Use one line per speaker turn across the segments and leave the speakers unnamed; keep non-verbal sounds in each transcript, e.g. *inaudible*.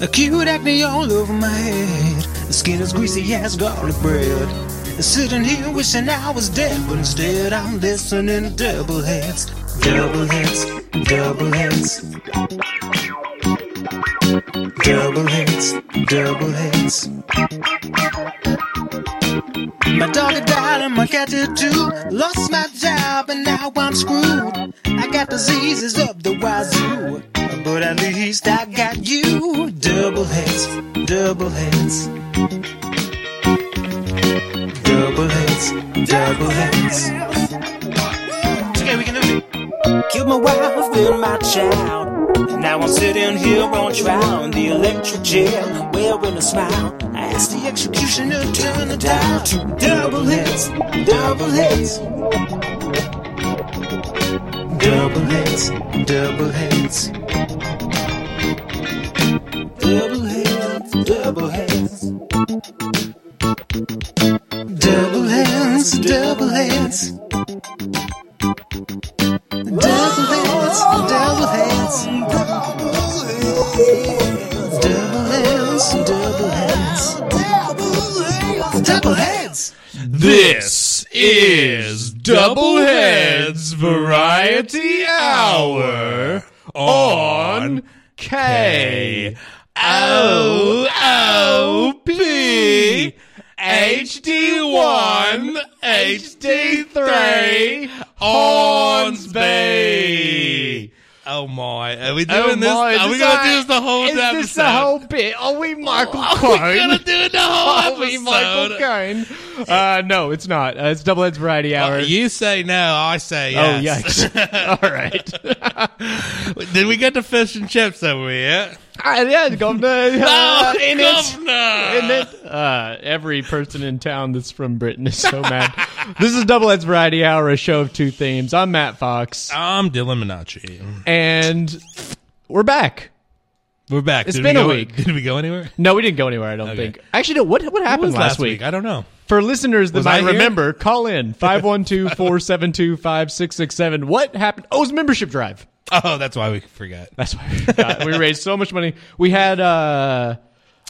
Acute acne all over my head. The skin is greasy as garlic bread. Sitting here wishing I was dead, but instead I'm listening to double hits, double hits, double hits. Double hits, double hits. My dog had died and my cat did too. Lost my job and now I'm screwed. I got diseases of the wazoo, but at least I got you. Double hits, double hits. Double hits, double hits. Together we can do it. Killed my wife and my child. And now I'm sitting here on trial in the electric chair, wearing a smile. I asked the executioner to turn the dial to double hits, double hits. Double hits, double hits. Double hits, double hits. Double hits, double hits. Double hits, double hits. Double hits, double hits. Double hits.
This is Double Heads Variety Hour on K O O P H D one H D three Hornsby.
Oh my! Are we doing
Oh
this?
my, is
Are we
this
gonna
our-
do this the whole
is
episode? Oh,
this the whole bit? Are we Michael Cohen?
Are we gonna do it the whole
*laughs* Are we
episode?
Michael Cohen? Uh, no, it's not. Uh, it's Double Ed's Variety Hour.
Uh, You say no, I say
Oh,
yes.
yikes. *laughs* All right.
*laughs* Did we get the fish and chips over here?
I yeah, governor.
*laughs*
Uh,
oh,
in it.
governor!
In it. Uh, every person in town that's from Britain is so mad. *laughs* this is Double Ed's Variety Hour, a show of two themes. I'm Matt Fox,
I'm Dylan Minacci.
and we're back.
We're back.
It's
Did
been
we
a
go-
week.
Did we go anywhere?
No, we didn't go anywhere, I don't think. Actually, no, what, what happened
What was
last, week?
I don't know.
For listeners that
Was
might
I here?
remember, call *laughs* in 512 472 5667. What happened? Oh, it was a membership drive.
Oh, that's why we
*laughs*
forgot.
That's why we, forgot. we raised so much money. We had uh,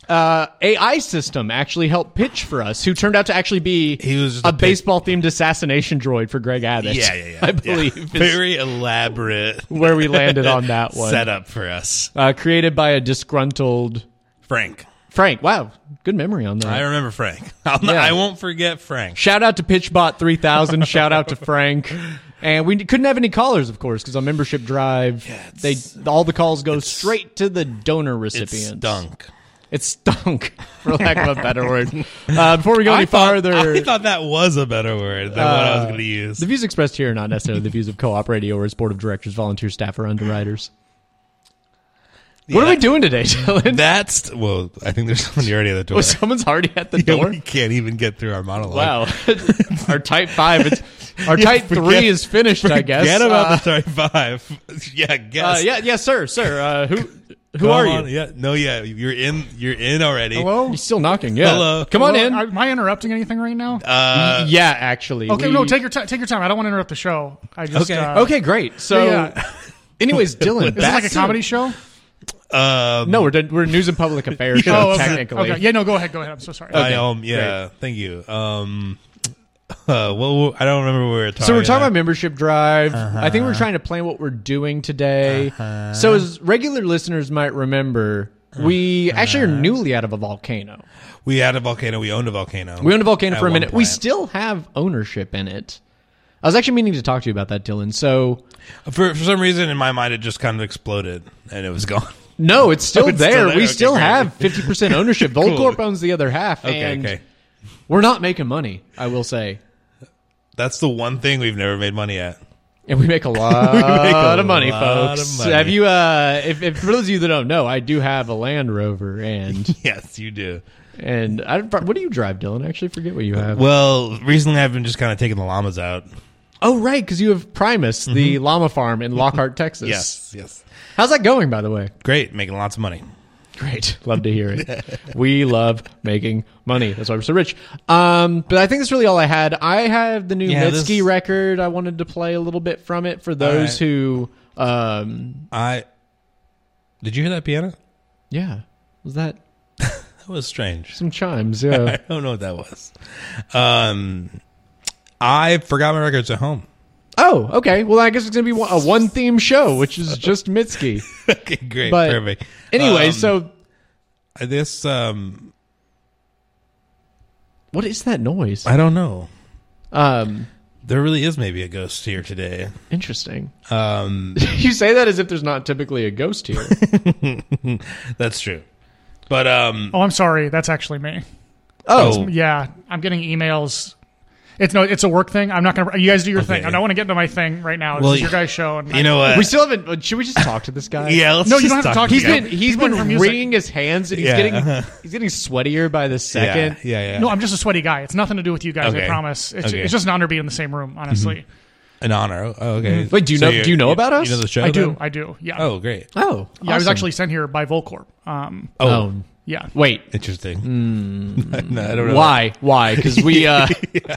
uh, AI system actually help pitch for us, who turned out to actually be
He was the
a
pitch-
baseball themed assassination droid for Greg Abbott.
Yeah, yeah, yeah.
*laughs* I
yeah.
believe is
Very elaborate
where we landed *laughs* on *laughs* that one.
setup for us.
Uh, created by a disgruntled
Frank.
Frank. Wow, good memory on that.
I remember Frank. *laughs* I'll not,
Yeah.
I won't forget Frank.
Shout out to Pitchbot 3000. shout out to Frank. And we couldn't have any callers, of course, because on membership drive, they all the calls go straight to the donor
It
recipients.
stunk.
It stunk, *laughs* for lack of a better word. Uh, before we go any
thought,
farther, Uh,
I thought that was a better word than what I was going to use.
the views expressed here are not necessarily the views of Co-op Radio or its board of directors, volunteer staff, or underwriters. what are we doing today, Dylan? *laughs*
That's well. I think there's *laughs* somebody already at the door.
Was someone's already at the
Yeah,
door?
we can't even get through our monologue. *laughs*
Wow, our type five, it's, our type
forget-
three is finished, I guess.
Forget about
Uh,
the thirty-five. *laughs* yeah, guess.
Uh, yeah, yeah, sir, sir. Uh, who who
Come
are
on,
you?
Yeah, no, yeah. You're in. You're in already.
Hello?
He's still knocking. Yeah.
Hello.
Come on
Hello?
in.
Am I interrupting anything right now?
Uh,
yeah, actually.
okay,
we-
no, take your time. Take your time. I don't want to interrupt the show. I just,
Okay.
Uh,
Okay, great. So, *laughs*
Yeah.
anyways, Dylan,
Is this like
back
a
to-
comedy show? Oh,
um,
No, we're done, we're news and public
*laughs*
affairs show
okay.
technically.
Okay. Yeah, no, go ahead. Go ahead. I'm so sorry.
I um. Yeah. Thank you. Um. Uh, well, I don't remember where we were talking.
So we're talking about membership drive. I think we're trying to plan what we're doing today. So as regular listeners might remember, we actually are newly out of a volcano.
we had a volcano. We owned a volcano.
We owned a volcano
At
for a
one
minute. We
point.
still have ownership in it. I was actually meaning to talk to you about that, Dylan. So
for for some reason in my mind it just kind of exploded and it was *laughs* gone.
No, it's still,
Oh, it's
there.
still there.
We
Okay,
still
great.
have fifty percent
*laughs*
ownership. Goldcorp owns the other half,
Okay.
and
okay.
we're not making money. I will say,
That's the one thing we've never made money at.
and *laughs* we make a lot,
a
of money,
lot
folks.
of money.
Have you? Uh, if, if for those of you that don't know, I do have a Land Rover,
*laughs*
and
Yes, you do.
and I, what do you drive, Dylan? I actually forget what you have.
Well, recently I've been just kind of taking the llamas out.
oh, right, because you have Primus, the llama farm in Lockhart, Texas.
mm-hmm. *laughs* Yes, yes.
How's that going, by the way?
Great, making lots of money.
Great. Love to hear it. we love making money. That's why we're so rich. Um, but I think that's really all I had. I have the new
Yeah,
Mitski
this-
record. I wanted to play a little bit from it for those
right.
who, um,
I did you hear that piano?
yeah. Was that
That was strange.
some chimes?
*laughs*
Yeah.
I don't know what that was. Um, I forgot my records at home.
oh, okay. Well, I guess it's gonna be one- a one theme show, which
*laughs*
is just Mitski.
*laughs* okay, great,
But
perfect.
anyway,
Um,
so
this um,
what is that noise?
I don't know.
Um,
There really is maybe a ghost here today.
interesting. *laughs*
Um,
you say that as if there's not typically a ghost
*laughs*
here.
that's true. But um,
Oh, I'm sorry. That's actually me.
oh,
Yeah, I'm getting emails. It's no, it's a work thing. I'm not gonna. You guys do your
Okay.
thing. I don't want to get into my thing right now. This
Well,
is your guys' show. And
you know what?
we still haven't. Should we just talk to this guy?
uh, *laughs* yeah, let's
No, you
just
don't have to talk
to
to
He's
the guy.
been he's
He's been
been
for music.
wringing his hands and he's
Yeah. Uh-huh.
getting he's getting sweatier by the second.
Yeah, yeah, yeah.
no, I'm just a sweaty guy. It's nothing to do with you guys.
Okay.
I promise. It's,
Okay. Mm-hmm.
it's just an honor to be in the same room. Honestly,
An honor. Oh, okay.
Wait, do you know- do you know about us?
You know the show?
I do.
then?
I do. Yeah.
Oh, great.
Oh,
Yeah, I was
awesome.
actually sent here by Volcorp. Um,
Oh, Hmm.
Oh,
yeah.
wait.
interesting. *laughs* No, I don't know.
Why? Why? Because we
*laughs*
uh, *laughs*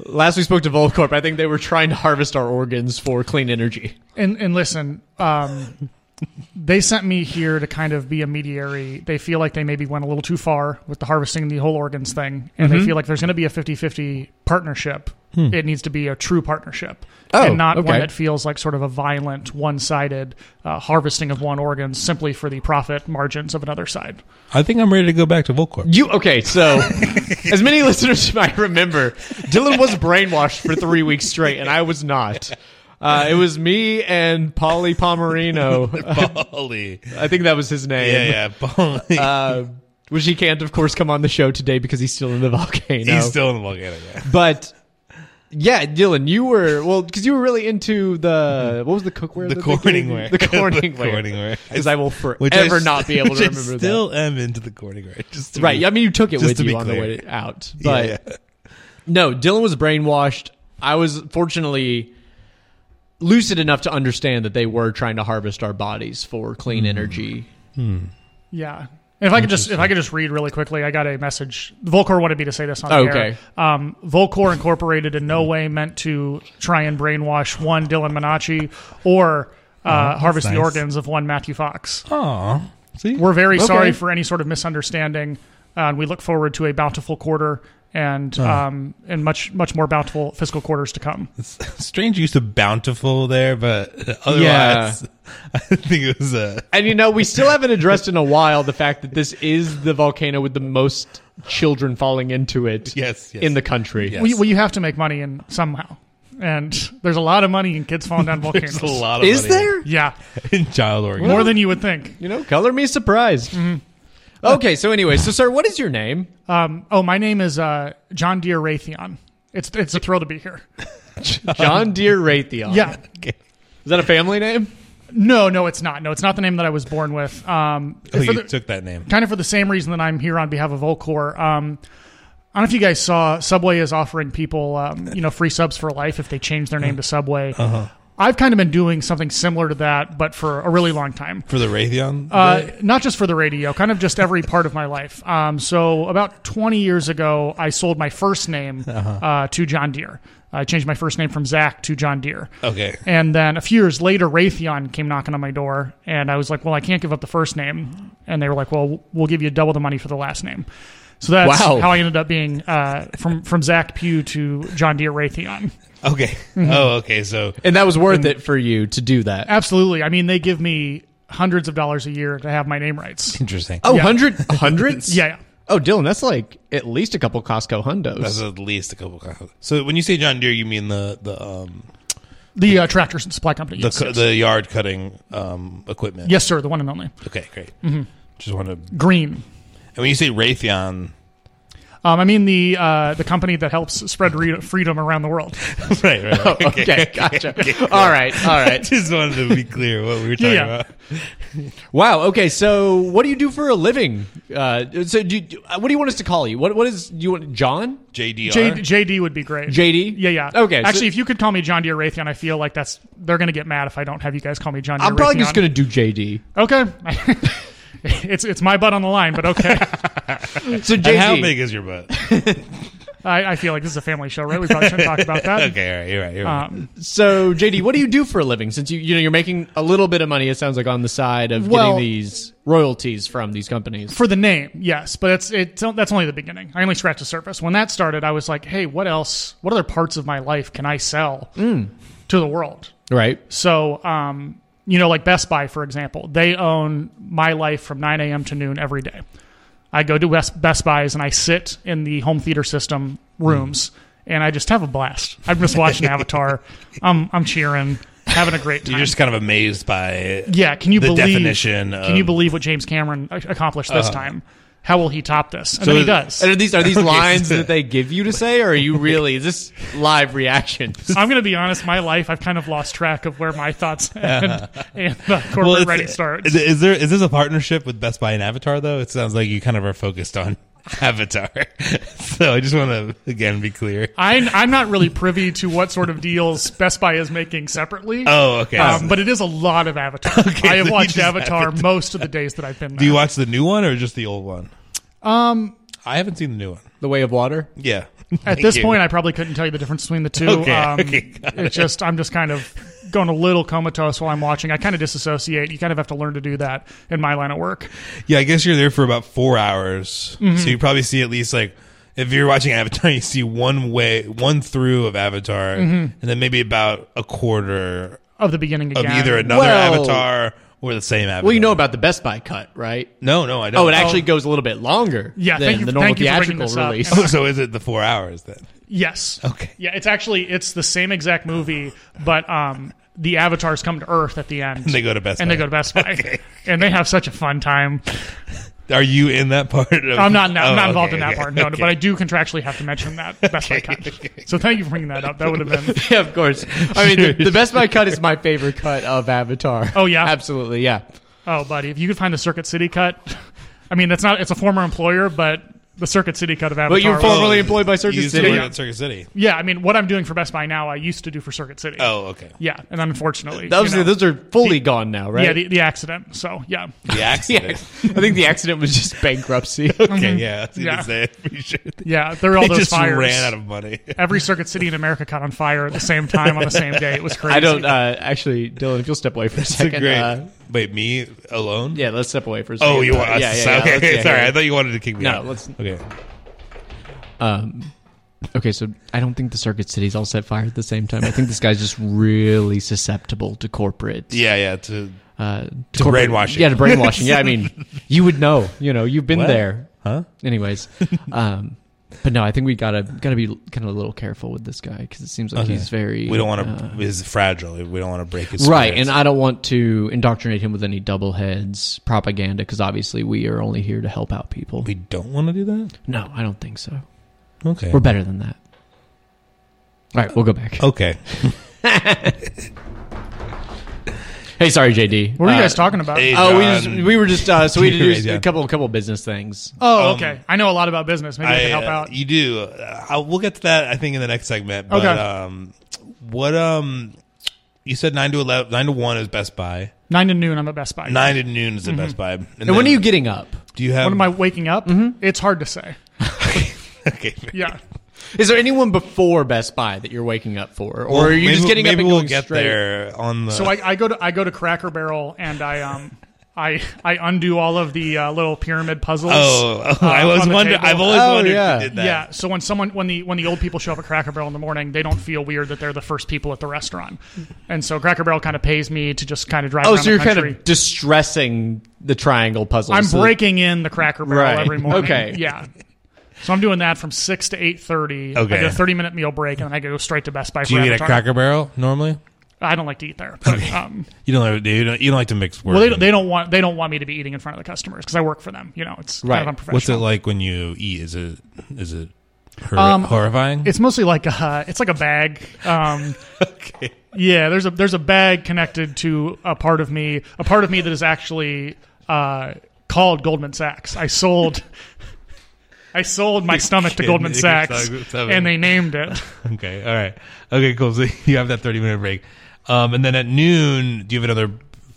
last we spoke to Volcorp, I think they were trying to harvest our organs for clean energy.
And and listen, um, they sent me here to kind of be a mediary. They feel like they maybe went a little too far with the harvesting the whole organs thing, and
Mm-hmm.
they feel like there's going to be a 50-50 partnership. It needs to be a true partnership,
Hmm. Oh,
and not
okay.
one that feels like sort of a violent, one-sided uh, harvesting of one organ simply for the profit margins of another side.
I think I'm ready to go back to Volcorp. *laughs*
You okay? So, as many listeners *laughs* might remember, Dylan was brainwashed for three weeks straight, and I was not. Uh, it was me and Polly
*laughs*
Pomerino.
Polly.
I think that was his name.
Yeah, *laughs* yeah, Polly.
Uh,
Um,
which he can't, of course, come on the show today because he's still in the *laughs* volcano.
He's still in the volcano. Yeah.
but yeah, Dylan, you were well because you were really into the what was the cookware?
Mm-hmm. The
that they gave
Corning
you?
ware.
The Corning
*laughs* The
ware.
Corning ware.
Because I will
Which I
forever
s-
not be able to
*laughs* which I
remember that.
still am into the Corning right? Just to
Right.
be-
I mean, you took it
just
with
to be
you on the
clear.
way out.
Yeah,
But
yeah.
no, Dylan was brainwashed. I was fortunately lucid enough to understand that they were trying to harvest our bodies for clean
Mm.
energy.
Yeah. And if I could just if I could just read really quickly, I got a message. Volcor wanted me to say this on the
Okay.
air. Um, Volcor Incorporated in
Hmm.
no way meant to try and brainwash one Dylan Minacci or uh, harvest
Oh, nice.
the organs of one Matthew Fox.
Aw. See?
We're very
Okay.
sorry for any sort of misunderstanding, uh, and we look forward to a bountiful quarter and um, and much much more bountiful fiscal quarters to come.
*laughs* Strange use of bountiful there, but otherwise,
Yeah.
*laughs* I think it was uh, a.
And you know, we still haven't addressed in a while the fact that this is the volcano with the most children falling into it
Yes, yes.
in the country.
Yes.
Well, you, well, you have to make money in somehow, and there's a lot of money in kids falling down volcanoes.
*laughs* There's a lot of
Is
money
there?
Yeah,
*laughs* in child organ.
more than you would think.
You know, color me surprised. Okay, so anyway, so sir, what is your name?
Um, oh, my name is uh, John Deere Raytheon. It's it's a thrill to be here.
John Deere Raytheon.
Yeah.
Okay.
Is that a family name?
No, no, it's not. No, it's not the name that I was born with. Um,
Oh,
for
you
the-
took that name.
kind of for the same reason that I'm here on behalf of Volcor. Um, I don't know if you guys saw Subway is offering people, um, you know, free subs for life if they change their name to Subway. I've kind of been doing something similar to that, but for a really long time.
For the Raytheon?
Uh, not just for the radio, kind of just every part of my life. Um, so about 20 years ago, I sold my first name uh to John Deere. I changed my first name from Zach to John Deere.
okay.
And then a few years later, Raytheon came knocking on my door, and I was like, "Well, I can't give up the first name." And they were like, "Well, we'll give you double the money for the last name." So that's
Wow.
how I ended up being uh, from from Zach Pugh to John Deere Raytheon.
Okay. Oh, okay. So
And that was worth it for you to do that.
Absolutely. I mean, they give me hundreds of dollars a year to have my name
*laughs*
rights.
interesting.
Oh,
Yeah.
hundred, hundreds?
Yeah, yeah.
Oh, Dylan, that's like at least a couple Costco hundos.
That's *laughs* at least a couple. Of, so when you say John Deere, you mean the the um
The uh, tractor supply company.
the
Yes,
cu-
yes.
the yard cutting um equipment.
Yes, Mm-hmm. sir. The one and only
Okay, great. Just want to. And
Green.
when you say
*laughs*
Raytheon,
Um, I mean the uh, the company that helps spread re- freedom around the world.
right, right. *laughs* right.
*laughs*
okay, gotcha. All right, all right.
Just wanted to be clear what we were talking
Yeah.
about.
Wow. Okay, so what do you do for a living? Uh, so, do you, do- uh, what do you want us to call you? What What is do you want? John?
JDR.
J- JD would be great.
JD?
Yeah, yeah.
Okay, so-
Actually, if you could call me John Deere Raytheon, I feel like that's they're gonna get mad if I don't have you guys call me John Deere.
I'm probably just
Raytheon.
gonna do
*laughs*
JD.
Okay. it's it's my butt on the line, but okay. *laughs*
So JD.
and how big is your butt?
I, I feel like this is a family show, right? We probably shouldn't talk about
*laughs*
that.
Okay, all right, you're right. You're right.
Um,
So, JD, what do you do for a living? Since you you know you're making a little bit of money, it sounds like on the side of
Well-
getting these royalties from these companies.
for the name, yes, but it's it's that's only the beginning. I only scratched the surface. When that started, I was like, hey, what else? What other parts of my life can I sell
Mm.
to the world?
Right.
So, um, you know, like Best Buy, for example, they own my life from 9 a.m. to noon every day. I go to West, Best Buy's and I sit in the home theater system rooms
Hmm.
and I just have a blast. I'm
*laughs*
just watching Avatar. I'm, I'm cheering, having a great time.
You're just kind of amazed by it.
yeah, can you
the
believe
definition
Can
of- Uh-huh.
you believe what James Cameron a- accomplished this time? How will he top this? And then he does.
And are these are
*laughs*
these lines that they give you to say, or are you really is this live reactions?
I'm going to be honest. My life, I've kind of lost track of where
*laughs*
my thoughts *laughs* end and the corporate
it's-
writing
Is,
starts.
is there is this a partnership with Best Buy and Avatar though? It sounds like you kind of are focused on *laughs* Avatar. so I just want to again be clear.
I'm, I'm not really privy to what sort of deals Best Buy is making separately.
Oh, okay.
Um, but it is a lot of Avatar.
*laughs* Okay,
I have
so you
watched
just
Avatar most of the days that I've been there.
Do you watch the new one or just the old one? Um, I haven't seen the new one.
The Way of Water.
Yeah.
Um,
*laughs*
At this point, I probably couldn't tell you the difference between the two.
Okay,
um,
okay, got
it's just I'm just kind of going a little comatose while I'm watching. I kind of disassociate. You kind of have to learn to do that in my line of work.
yeah, I guess you're there for about four hours,
Mm-hmm.
so you probably see at least like if you're watching Avatar, *laughs* you see one way, one through of Avatar,
Mm-hmm.
and then maybe about a quarter
Of the beginning
of
again.
either another
Well-
Avatar or the same Avatar.
Well, you know about the Best Buy cut, right?
no, no, I don't.
Oh, it actually goes a little bit longer
Yeah,
than
thank you-
the normal
thank you for bringing
theatrical
this up.
release.
*laughs* Oh, so is it the four hours then?
Yes.
Okay.
Yeah, it's actually it's the same exact movie, but um, the avatars come to Earth at the end.
And they go to Best.
and they
Buy.
go to
*laughs*
Best Buy, and they have such a fun time.
Are you in that part? Of,
I'm not, I'm
Oh,
not involved
okay,
in that
okay,
part, no,
okay.
but I do contractually have to
*laughs*
mention that Best Buy cut. So thank you for bringing that up. That would have been.
*laughs* yeah, of course. I mean, the, the Best Buy cut is my favorite cut of *laughs* Avatar.
Oh, yeah?
absolutely. Yeah.
Oh, buddy, if you could find the Circuit City cut, I mean, that's not. It's a former employer, but the Circuit City cut of Avatar.
But you're
was-
formerly employed by
You
Circuit
used to
City.
work at Circuit City.
yeah, I mean, what I'm doing for Best Buy now, I used to do for Circuit City.
Oh, okay.
yeah, and unfortunately,
Those,
you know,
those are fully gone now, right?
yeah, the, the accident. So *laughs* yeah, Mm-hmm.
*laughs*
The
Yeah. I
accident.
think the accident was *laughs* just bankruptcy.
Okay, yeah. I was gonna
Yeah.
say, I'm pretty sure *laughs* they
yeah, there were all those
just
fires.
ran out of
*laughs*
money.
Every Circuit City in America caught on fire at the same time on the same day.
*laughs*
It was crazy.
I don't uh, actually, Dylan. If you'll step away for a
It's
second,
a great.
Uh,
Wait, me alone?
yeah, let's step away for a second.
Oh, you
Uh,
want?
Yeah, yeah,
so-
yeah,
okay, *laughs*
let's- yeah,
sorry.
yeah.
I thought you wanted to kick me
No,
out.
let's-
Okay.
Okay, so I don't think the Circuit City's all set fire at the same time. I think this guy's just really susceptible to corporate.
Yeah, yeah. To
Uh, to,
brainwashing.
Yeah, to
*laughs*
brainwashing. yeah, I mean, you would know. You know, you've been
What?
there.
huh? *laughs*
Anyways, um, but no, I think we gotta gotta be kind of a little careful with this guy because it seems like he's very.
We don't want
uh,
to. He's fragile. We don't want to break his.
Right,
spirits.
and I don't want to indoctrinate him with any double heads propaganda because obviously we are only here to help out people.
we don't want to do that.
no, I don't think so.
Okay.
We're better than that. All right, we'll go back.
okay.
Hey, sorry, JD.
What are you
Uh,
guys talking about?
hey,
Oh, we
John.
just, we were just uh, so
*laughs*
we had to do
Yeah.
a couple a couple business things.
Oh,
Um,
okay. I know a lot about business. Maybe I, can help
uh,
out.
You do. Uh, I'll, we'll get to that. I think in the next segment. But,
Okay.
Um, what um, you said nine to 11, 9 to one is Best Buy.
Nine to noon, I'm at Best Buy.
Nine to noon is at
Mm-hmm.
Best Buy. And,
And when
then-
are you getting up?
Do you have?
When
*laughs*
am *laughs* I waking up?
mm-hmm.
It's hard to say.
okay.
Yeah.
Is there anyone before Best Buy that you're waking up for, or are you
maybe,
just getting
maybe
up and
we'll
going
get
straight?
there on the.
So I, I go to I go to Cracker Barrel and I um *laughs* I I undo all of the uh, little pyramid puzzles.
Oh, *laughs*
*laughs*
oh, *laughs*
uh,
I was
on the
wondering.
table.
I've always
Oh,
wondered
yeah.
who did that.
Yeah. So when someone when the when the old people show up at Cracker Barrel in the morning, they don't feel weird that they're the first people at the restaurant. And so Cracker Barrel kind of pays me to just kind of drive.
Oh,
around
so you're
the
kind
country.
of distressing the triangle puzzle.
I'm
so that-
breaking in the Cracker Barrel
Right.
every morning.
Okay.
*laughs* Yeah. So I'm doing that from six to eight thirty.
Okay.
I get a thirty minute meal break and then I go straight to Best Buy.
Do
for
you eat at
Avatar.
Cracker Barrel
Um,
normally?
I don't like to eat
*laughs*
there. But, um,
You don't, have, you don't. You don't like to mix work.
well, they
and-
don't, they don't want they don't want me to be eating in front of the customers because I work for them. You know, it's
Right.
kind of
What's
unprofessional.
What's it like when you eat? Is it is it hor-
Um,
horrifying?
It's mostly like a it's like a bag. Um,
*laughs*
Yeah, there's a there's a bag connected to a part of me, a part of me that is actually uh, called Goldman Sachs. I sold. I sold my stomach to
kidding.
Goldman
You're
Sachs,
so- so-
and
*laughs*
they named it.
okay. All right. Okay. Cool. So *laughs* you have that thirty minute break, um, and then at noon, do you have another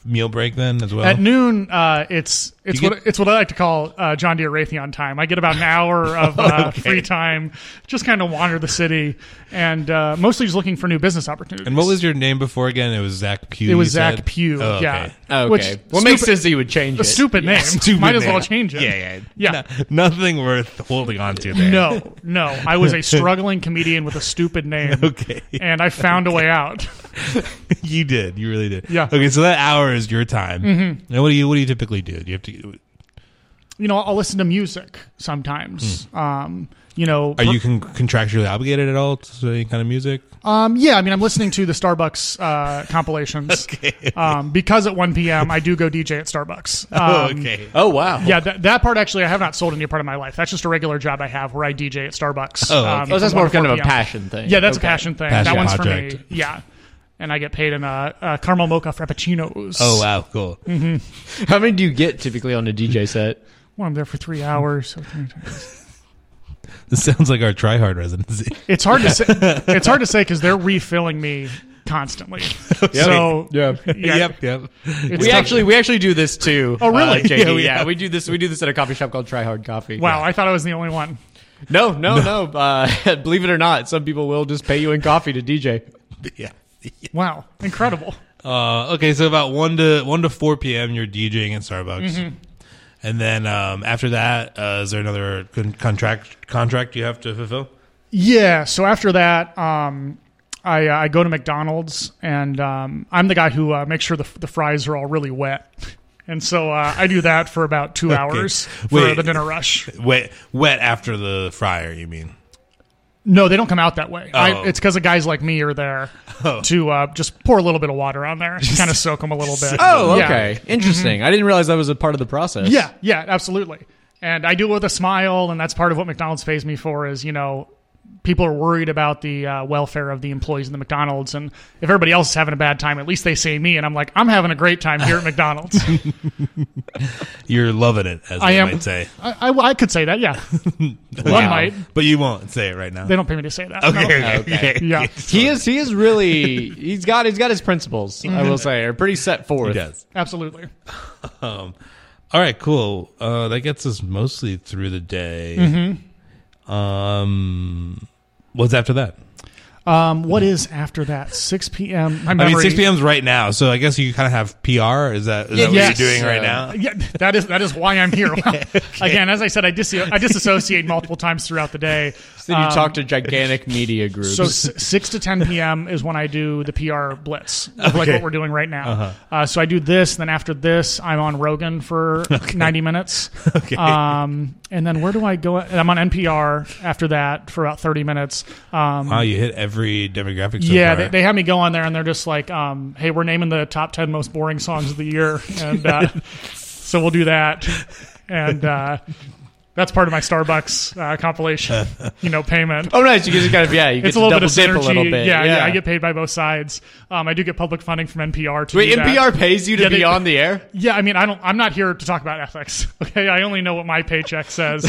meal break then as well?
At noon, uh, it's It's
You
what it's what I like to call uh, John Deere Raytheon time. I get about an hour of
*laughs*
uh, free time, just kind of wander the city, and uh, mostly just looking for new business opportunities.
And what was your name before again? It was Zach Pugh.
it was
you
Zach
said?
Pugh?
Oh, okay. *laughs*
Yeah.
Okay.
Which,
what makes
stupid-
sense that you would change
a
it?
stupid name?
Stupid
Might as well
name.
change it.
Yeah, yeah,
Yeah.
No- nothing worth holding on to. There.
No, no. I was a struggling comedian with a stupid name.
*laughs* *laughs* Okay.
And I found a way out.
you did. You really did.
Yeah.
Okay, so that hour is your time. Mm-hmm. And what do you what do you typically do? Do you have to?
You know, I'll listen to music sometimes. Um, you know,
Hmm. Are you con- contractually obligated at all to any kind of music?
Um, yeah, I mean, I'm listening to the Starbucks uh,
*laughs*
compilations um, because at 1 p.m. I do go DJ at Starbucks.
*laughs*
Um,
Oh wow.
Yeah, that, that part actually I have not sold any part of my life. That's just a regular job I have where I DJ at Starbucks.
Oh, okay.
um,
Oh,
Oh, that's
from
more
1
of
to
kind
4
of a
p.m.
passion thing.
Yeah, that's
Okay.
a passion thing.
Passion
that one's for
project.
me. Yeah, and I get paid in uh, uh, caramel mocha frappuccinos.
Oh wow, cool.
mm-hmm.
How many do you get typically on a DJ set?
Well, I'm there for three hours. So three times.
This sounds like our tryhard residency.
it's
*laughs*
hard to say. it's hard to say because they're refilling me
*laughs*
constantly. So
Yeah.
yeah,
yep.
*laughs* it's
We
tough.
actually we actually do this too.
Oh, really? *laughs*
uh, JD. Yeah,
Yeah, we-
we, do this. We do this at a coffee shop called Try Hard Coffee.
Wow, I thought I was the only one.
No, no, no. Uh, *laughs* believe it or not, some people will just pay you in coffee to
*laughs*
DJ.
Yeah.
Wow, incredible.
Uh, okay, so about one to one to four p.m. You're DJing at Starbucks,
Mm-hmm.
and then um, after that, uh, is there another con- contract contract you have to fulfill?
Yeah. So after that, um, I, uh, I go to McDonald's and um, I'm the guy who uh, makes sure the, the fries are all really wet. *laughs* And so uh, I do that for about two hours for
Wait.
the dinner rush.
Wet, wet after the fryer, you mean?
No, they don't come out that way.
Oh.
I, it's because of guys like me are there to uh, just pour a little bit of water on there, kind of soak them a little bit.
Oh,
Yeah.
okay, interesting. I didn't realize that was a part of the process.
Yeah, yeah, absolutely. And I do it with a smile, and that's part of what McDonald's pays me for is, you know, people are worried about the uh, welfare of the employees in the McDonald's. And if everybody else is having a bad time, at least they say me. And I'm like, I'm having a great time here
*laughs*
at McDonald's.
You're loving it, as
I
they
am.
might say.
*laughs* I, I, I could say
*laughs*
that, yeah. One
Wow.
might.
But you won't say it right now.
They don't pay me to say
*laughs*
that.
okay,
No.
okay,
Okay.
okay. *laughs*
*laughs* Yeah.
He is. He is really. He's got. He's got his principles. I
Mm-hmm.
will say are pretty set forth.
He does.
Absolutely.
All right, cool. Uh, that gets us mostly through the day.
Mm-hmm.
Um, what's after that?
Um, what is after that? 6 p.m. My
I
memory,
mean, six p.m. is right now, so I guess you kind of have PR. Is that is that what
yes.
you're doing right
Uh,
now?
Yeah, that is that is why
*laughs*
I'm here. Wow. Again, as I said, I, dis- I disassociate multiple times throughout the day.
So you talk to
*laughs*
gigantic media groups.
Um, So s- six to ten p.m. is when I do the PR blitz, of like
Okay. Uh-huh.
what we're doing right now. uh so I do this, then after this, I'm on
*laughs*
Rogan for ninety minutes. Okay. Um, and then where do I go? And I'm on NPR after that for about thirty minutes. Um,
Wow, you hit every demographic. So
yeah,
far.
they, they had me go on there, and they're just like, um, "Hey, we're naming the top ten most boring songs of the year," and uh,
*laughs*
so we'll do that. And uh, that's part of my Starbucks uh,
*laughs*
compilation, you know, payment
oh, nice. You just kind of yeah. You get
it's a
to
little
double
bit of
dip
synergy.
a little bit.
Yeah, yeah, I get paid by both sides. Um, I do get public funding from NPR. To
Wait,
do that.
NPR pays you to
Yeah,
be
they-
on the
*laughs*
air.
Yeah, I mean, I don't. I'm not here to talk about ethics. *laughs* Okay, I only know what my
*laughs*
paycheck says,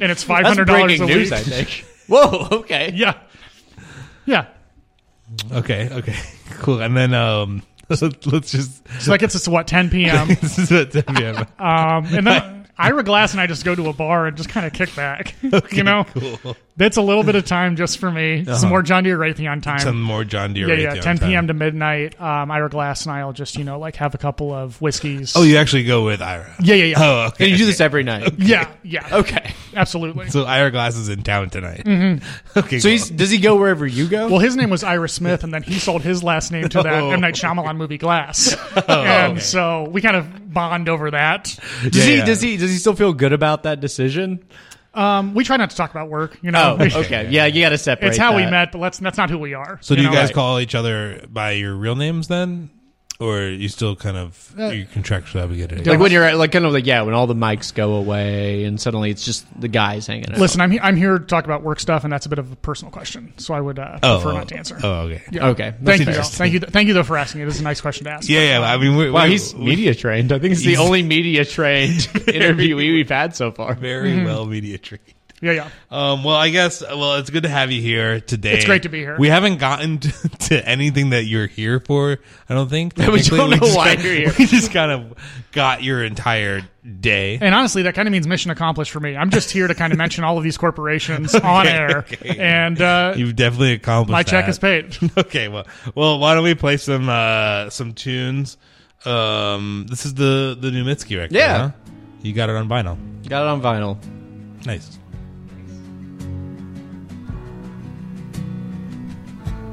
and it's five
That's
hundred dollars
breaking
a
news.
week.
I think. Whoa. Okay.
Yeah, yeah.
Okay, okay, *laughs* cool. And then um, *laughs* let's just
So that gets us to what
*laughs*
10
*laughs*
p.m.
this is at 10
*laughs*
p.m.
Um, and then Ira Glass and I just go to a bar and just kind of kick back. *laughs* you know, Um, that's a little bit of time just for me. Some
Uh-huh.
more John Deere Raytheon time.
some more John Deere.
yeah, yeah.
Raytheon
10
time.
p.m. to midnight. Um, Ira Glass and I will just you know like have a couple of whiskeys.
Oh, you actually go with Ira.
Yeah, yeah, yeah.
Oh, okay.
And you do this every
*laughs*
night.
Yeah, yeah.
Okay.
Absolutely.
So Ira Glass is in town tonight.
Mm-hmm.
*laughs* Okay,
So
cool.
he's, does he go wherever you go?
Well, his name was Ira Smith, and then he sold his last name to that
Oh.
M. Night Shyamalan
*laughs*
movie Glass. and
okay.
so we kind of bond over that.
does
Yeah,
he
yeah.
does he does he still feel good about that decision?
Um, we try not to talk about work, you know.
Oh, okay. Yeah, you got to separate.
*laughs* It's how we
that.
met, but let's, that's not who we are.
So do you
know?
guys
Right.
call each other by your real names then, or you still kind of
Uh,
you contractually obligated?
Like when you're at, like kind of like yeah, when all the mics go away and suddenly it's just the guys hanging out.
Listen, I'm, he- I'm here to talk about work stuff, and that's a bit of a personal question, so I would uh, prefer not to answer.
Oh, okay. Yeah,
okay.
Thank you,
That's fair.
though. Thank you, thank you, though, for asking. It is a nice question to ask.
*laughs* yeah. I mean, we
Wow,
we-
he's
we-
media *laughs* trained. I think it's the only media trained interviewee we've had so far.
very well media trained.
Yeah, yeah.
Mm-hmm. Um, well, I guess well, it's good to have you here today.
It's great to be here.
We haven't gotten *laughs* to, to anything that you're here for. I don't think.
We
technically.
don't know
just
why
kind of-
you're
*laughs*
here.
We just kind of got your entire day.
And honestly, that kind of means mission accomplished for me. I'm just here to kind of mention all of
*laughs*
these corporations on air, and uh,
You've definitely accomplished.
my check
that.
is paid.
*laughs* okay, well, well, why don't we play some uh, some tunes? Um, this is the the new Mitski record.
Yeah.
huh? you got it on vinyl.
Got it on vinyl.
Nice.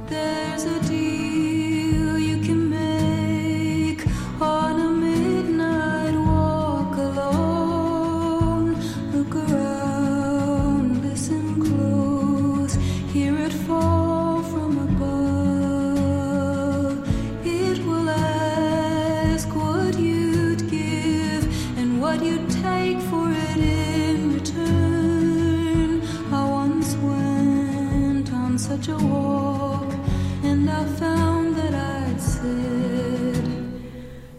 There's a deal you can make on a midnight walk alone. Look around, listen close, hear it fall from above. It will ask what you'd give and what you'd take for it in return. I once went on such a walk, and I found that I'd said,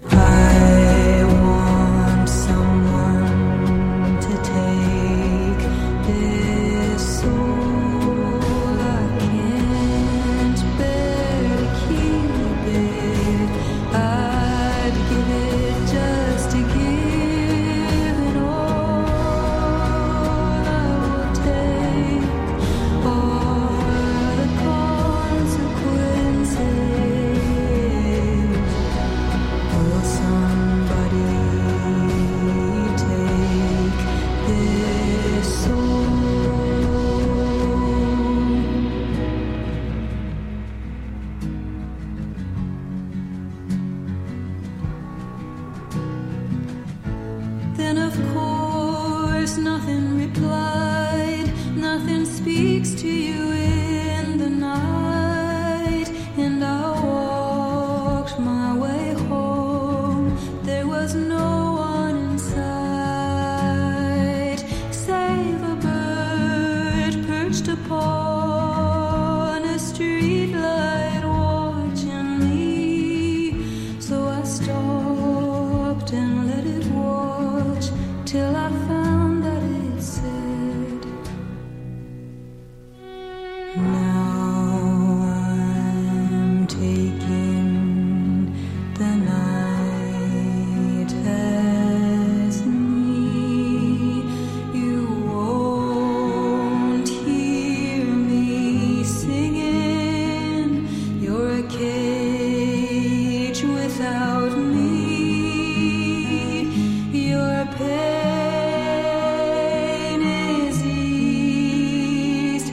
I want someone to take this soul. I can't bear to keep it. I'd give it just to give it all. I will take all the consequences. Will somebody take this soul? Then, of course, nothing replied, nothing speaks to you in the night. And I walked my way home, there was no one in sight, save a bird perched upon a streetlight watching me. So I stopped and let it watch till I found that it said, Now I'm taking the night as me. You won't hear me singing. You're a cage without me. Your pain is eased,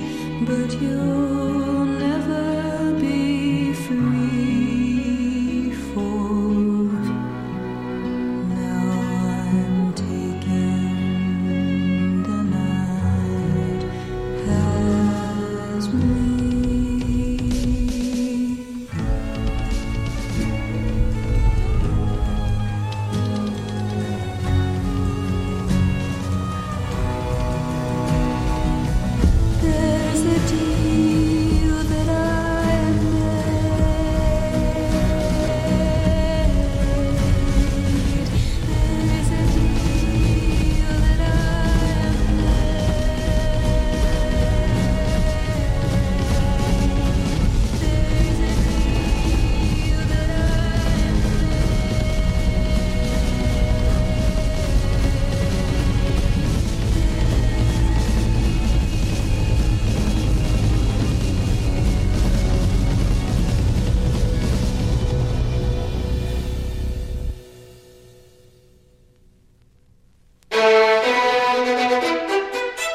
but you'll never be free. For now I'm taking the night as me. There's a deal that I made. There's a deal that I made. There's a deal that I made.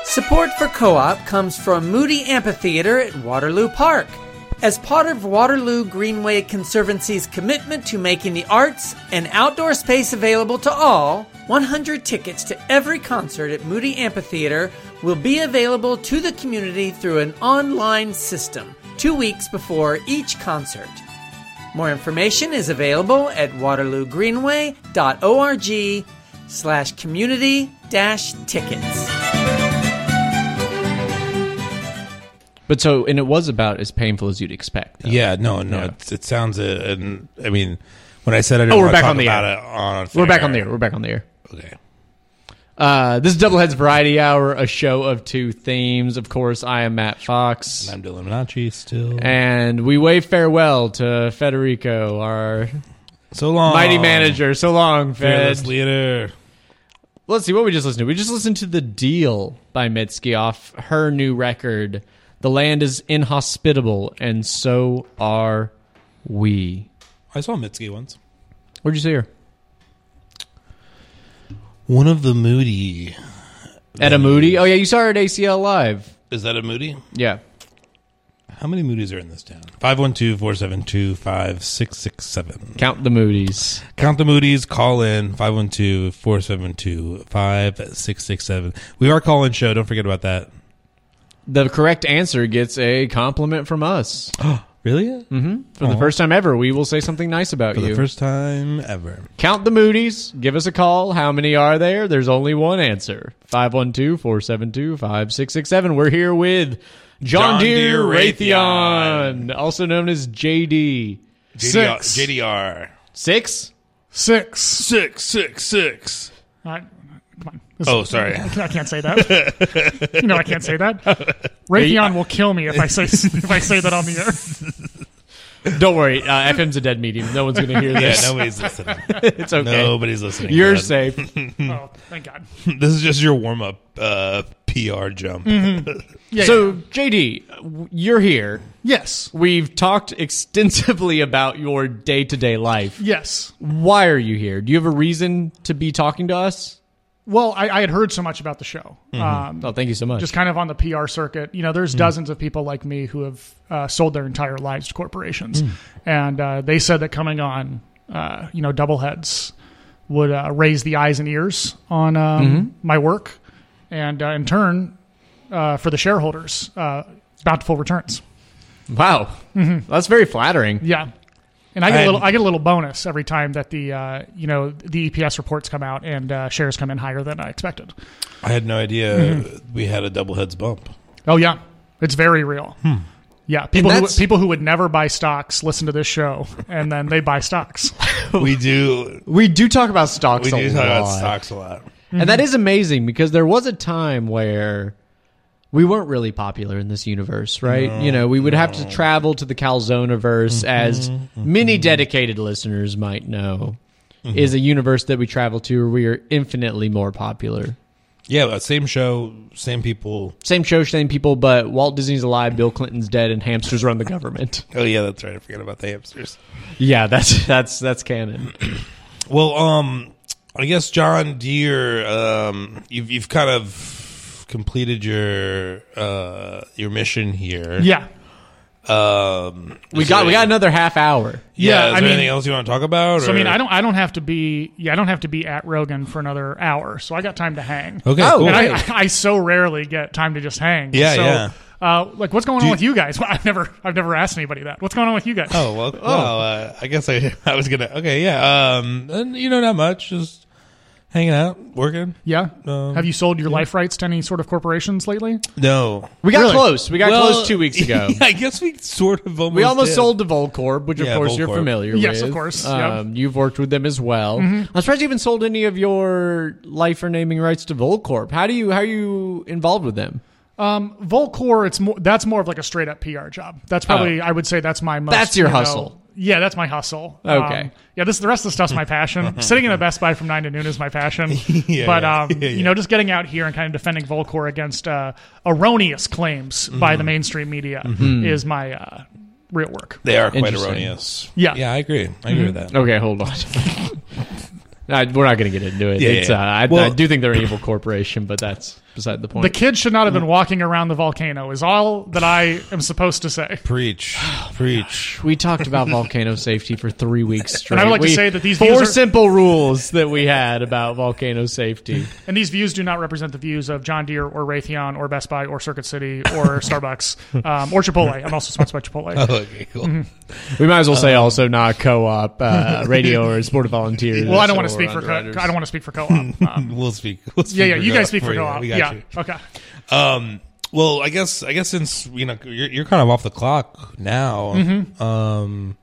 Support for co op comes from Moody Amphitheater at Waterloo Park. As part of Waterloo Greenway Conservancy's commitment to making the arts and outdoor space available to all, 100 tickets to every concert at Moody Amphitheater will be available to the community through an online system two weeks before each concert. More information is available at waterloogreenway.org slash community dash tickets.
But so, and it was about as painful as you'd expect. though.
Yeah, no, no. It's, it sounds. Uh, and I mean, when I said I didn't
Oh, we're
want
back
to talk
on the
about
air.
it on,
We're back on the air. We're back on the air.
Okay.
Uh, this is Doubleheads Variety Hour, a show of two themes. Of course, I am Matt Fox.
I'm Dylan Minacci still.
And we wave farewell to Federico, our
so long.
mighty manager. So long, Fed.
Fearless leader.
Let's see what we just listened to. We just listened to The Deal by Mitski off her new record. The land is inhospitable, and so are we.
I saw Mitski once.
Where'd you see her?
One of the Moody.
At a Moody? Oh, yeah, you saw her at ACL Live.
Is that a Moody?
Yeah.
How many Moody's are in this town? 512 472 5667.
Count the Moody's.
Count the Moody's, call in 512 472 5667. We are call in show. Don't forget about that.
The correct answer gets a compliment from us.
Really?
For the first time ever, we will say something nice about
For
you.
the first time ever.
Count the Moody's. Give us a call. How many are there? There's only one answer 512 472 5667. We're here with John,
John
Deere
Deere
Raytheon, also known as JD.
JDR.
Six.
JDR.
Six?
Six.
Six, six, six.
I, come on. This-
Oh,
*laughs*
sorry.
I can't say that. you know I can't say that. Raytheon will kill me if I say *laughs* if I say that on the air.
Don't worry. Uh, FM's a dead medium. No one's going *laughs* to hear
Yeah,
this.
nobody's
*laughs*
listening.
it's okay.
Nobody's listening.
You're
God.
safe.
Hmm.
Oh, thank God.
This is just your warm up uh, PR jump.
Mm-hmm. Yeah,
So, JD, uh, w- you're here.
yes,
We've talked extensively about your day to day life.
yes.
Why are you here? Do you have a reason to be talking to us?
Well, I, I had heard so much about the show.
Mm-hmm.
Um,
Oh, thank you so much.
just kind of on the PR circuit. You know, there's dozens of people like me who have uh, sold their entire lives to corporations, and uh, they said that coming on, uh, you know, double heads would uh, raise the eyes and ears on um, my work, and uh, in turn, uh, for the shareholders, uh, bountiful returns.
Wow,
Mm-hmm.
that's very flattering.
Yeah. And I get
I
a little,
am-
I get a little bonus every time that the, uh, you know, the EPS reports come out and uh, shares come in higher than I expected.
I had no idea
Mm-hmm.
we had a double heads bump.
Oh yeah, it's very real.
Hmm.
Yeah, people who,
that's-
people who would never buy stocks listen to this show and then they buy
*laughs*
stocks.
We do.
We do talk about stocks
We
a
do talk
lot,
about stocks Mm-hmm. a lot.
and that is amazing because there was a time where we weren't really popular in this universe, right? you know, we would have to travel to the
Mm-hmm,
Calzoneverse, as many dedicated listeners might know,
Mm-hmm.
is a universe that we travel to where we are infinitely more popular.
Yeah, but same show, same people.
Same show, same people, but Walt Disney's alive, Bill Clinton's dead, and hamsters run the government.
Oh yeah, that's right. I forgot about the hamsters.
yeah, that's that's that's canon.
Well, um, I guess John Deere, um, you've you've kind of completed your uh your mission here.
yeah,
Um,
We
is
got
there
we got
any-
another half hour.
Yeah,
Yeah,
is
I
there
mean-
anything else you want to talk about?
so I mean,
or-
I don't I don't have to be yeah I don't have to be at Rogan for another hour, so I got time to hang.
Okay,
Oh,
cool.
And I, I,
Right.
so rarely get time to just hang.
Yeah,
so,
yeah.
Uh, like what's going on
you-
with you guys? *laughs* Well, I've never I've never asked anybody that. What's going on with you guys?
Oh well, well uh, I guess I *laughs* I was gonna okay yeah um and, you know not much just hanging out working
yeah.
um,
have you sold your life rights to any sort of corporations lately?
no
We got
Really?
close. We got
Well,
close two weeks *laughs* ago.
yeah, *laughs* I guess we sort of almost
We almost
did.
sold to Volcorp, which of
Yeah,
course you're
Volcorp.
familiar with.
Yes, of course, yeah.
Um, You've worked with them as well. I'm surprised you haven't sold any of your life or naming rights to Volcorp. How do you how are you involved with them?
Volcor, it's more that's more of like a straight up PR job. That's probably I would say that's my most,
That's your
you know-
hustle.
yeah, that's my hustle.
Okay.
Um, yeah, this the rest of the stuff's my passion. Sitting in a Best Buy from nine to noon is my passion. but
yeah.
um,
Yeah, yeah.
you know, just getting out here and kind of defending Volcor against uh, erroneous claims by the mainstream media is my uh, real work.
they are quite
Interesting.
erroneous
Yeah. Mm-hmm.
yeah I agree I agree with that
Okay, hold on. *laughs* Uh, we're not going to get into it.
Yeah,
it's,
yeah.
Uh, I, I
Well-
do think they're an evil corporation, but that's beside the point.
The kids should not have been walking around the volcano is all that I am supposed to say.
*sighs* preach preach
we talked about volcano safety for three weeks
*laughs*
straight.
I would like to
We-
say that these
four
views are-
simple rules that we had about volcano safety.
And these views do not represent the views of John Deere or Raytheon or Best Buy or Circuit
*laughs*
City or Starbucks um, or Chipotle. I'm also sponsored
*laughs*
by Chipotle.
*sighs* okay cool
Mm-hmm.
We might as well
Um,
say also not co-op
*laughs*
uh, radio or sport of volunteers.
well, I don't want
or
to speak for co-
underwriters.
I don't want to speak for
*laughs*
co-op. Um,
we'll speak we'll speak
yeah, yeah, you
co-op
guys speak for
you.
co-op.
we got
Yeah,
you.
okay.
um well I guess I guess since you know you're, you're kind of off the clock now
Mm-hmm.
um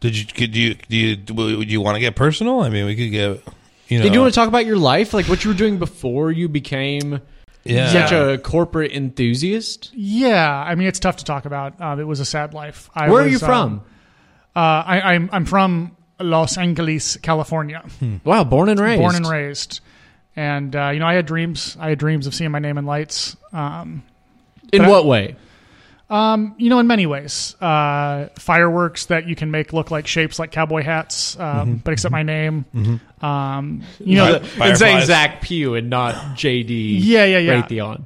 did you could you do you would you want to get personal I mean we could get You know,
Did you want to talk about your life, like what you were doing before you became
yeah.
such a corporate enthusiast?
Yeah, I mean it's tough to talk about. Uh, it was a sad life. I
Where are
was,
you
um,
from?
Uh, I, I'm I'm from Los Angeles, California,
wow, born and raised.
born and raised. And uh, you know, I had dreams. I had dreams of seeing my name in lights. Um,
In
But I-
what way?
you know, in many ways, uh, fireworks that you can make look like shapes like cowboy hats,
Mm-hmm.
um, but except my name. Um, you know,
Right.
Uh, And saying
Fireflies.
Zach Pugh and not JD.
Yeah, yeah, yeah. Mm-hmm.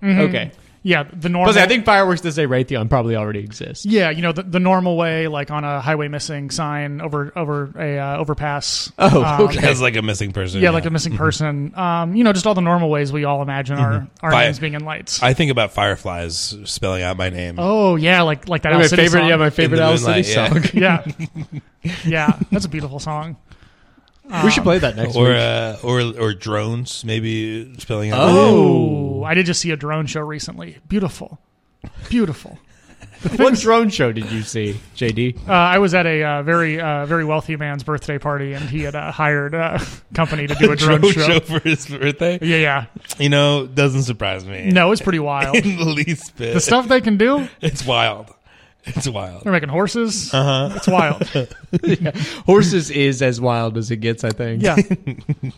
Raytheon. Okay.
yeah, the normal.
Plus, I think fireworks that say Raytheon probably already exist.
Yeah, you know the, the normal way, like on a highway missing sign over over a uh, overpass.
Oh,
Um,
okay.
*laughs*
Mm-hmm.
As like a missing person.
Yeah, like a missing person. Um, you know, just all the normal ways we all imagine our
Mm-hmm.
our
Fi-
names being in lights.
I think about fireflies spelling out my name.
oh yeah, like like that.
my
Owl City
favorite,
song.
yeah, my favorite
the
Owl City
moonlight,
song.
yeah, *laughs*
*laughs*
yeah. That's a beautiful song.
we should play that next
Or
week.
uh, or or drones, maybe spelling out. my name.
Oh, I did just see a drone show recently. Beautiful, beautiful.
what drone show did you see, JD?
Uh, I was at a uh, very uh, very wealthy man's birthday party, and he had uh, *laughs* hired a company
*laughs*
to do a drone,
drone
show.
show for his birthday.
Yeah, yeah.
You know, doesn't surprise me.
No, it's pretty
*laughs*
wild.
in the least bit.
the stuff they can do.
It's wild. It's wild.
They're making horses. Uh-huh. It's wild.
Horses is as wild as it gets, I think.
Yeah.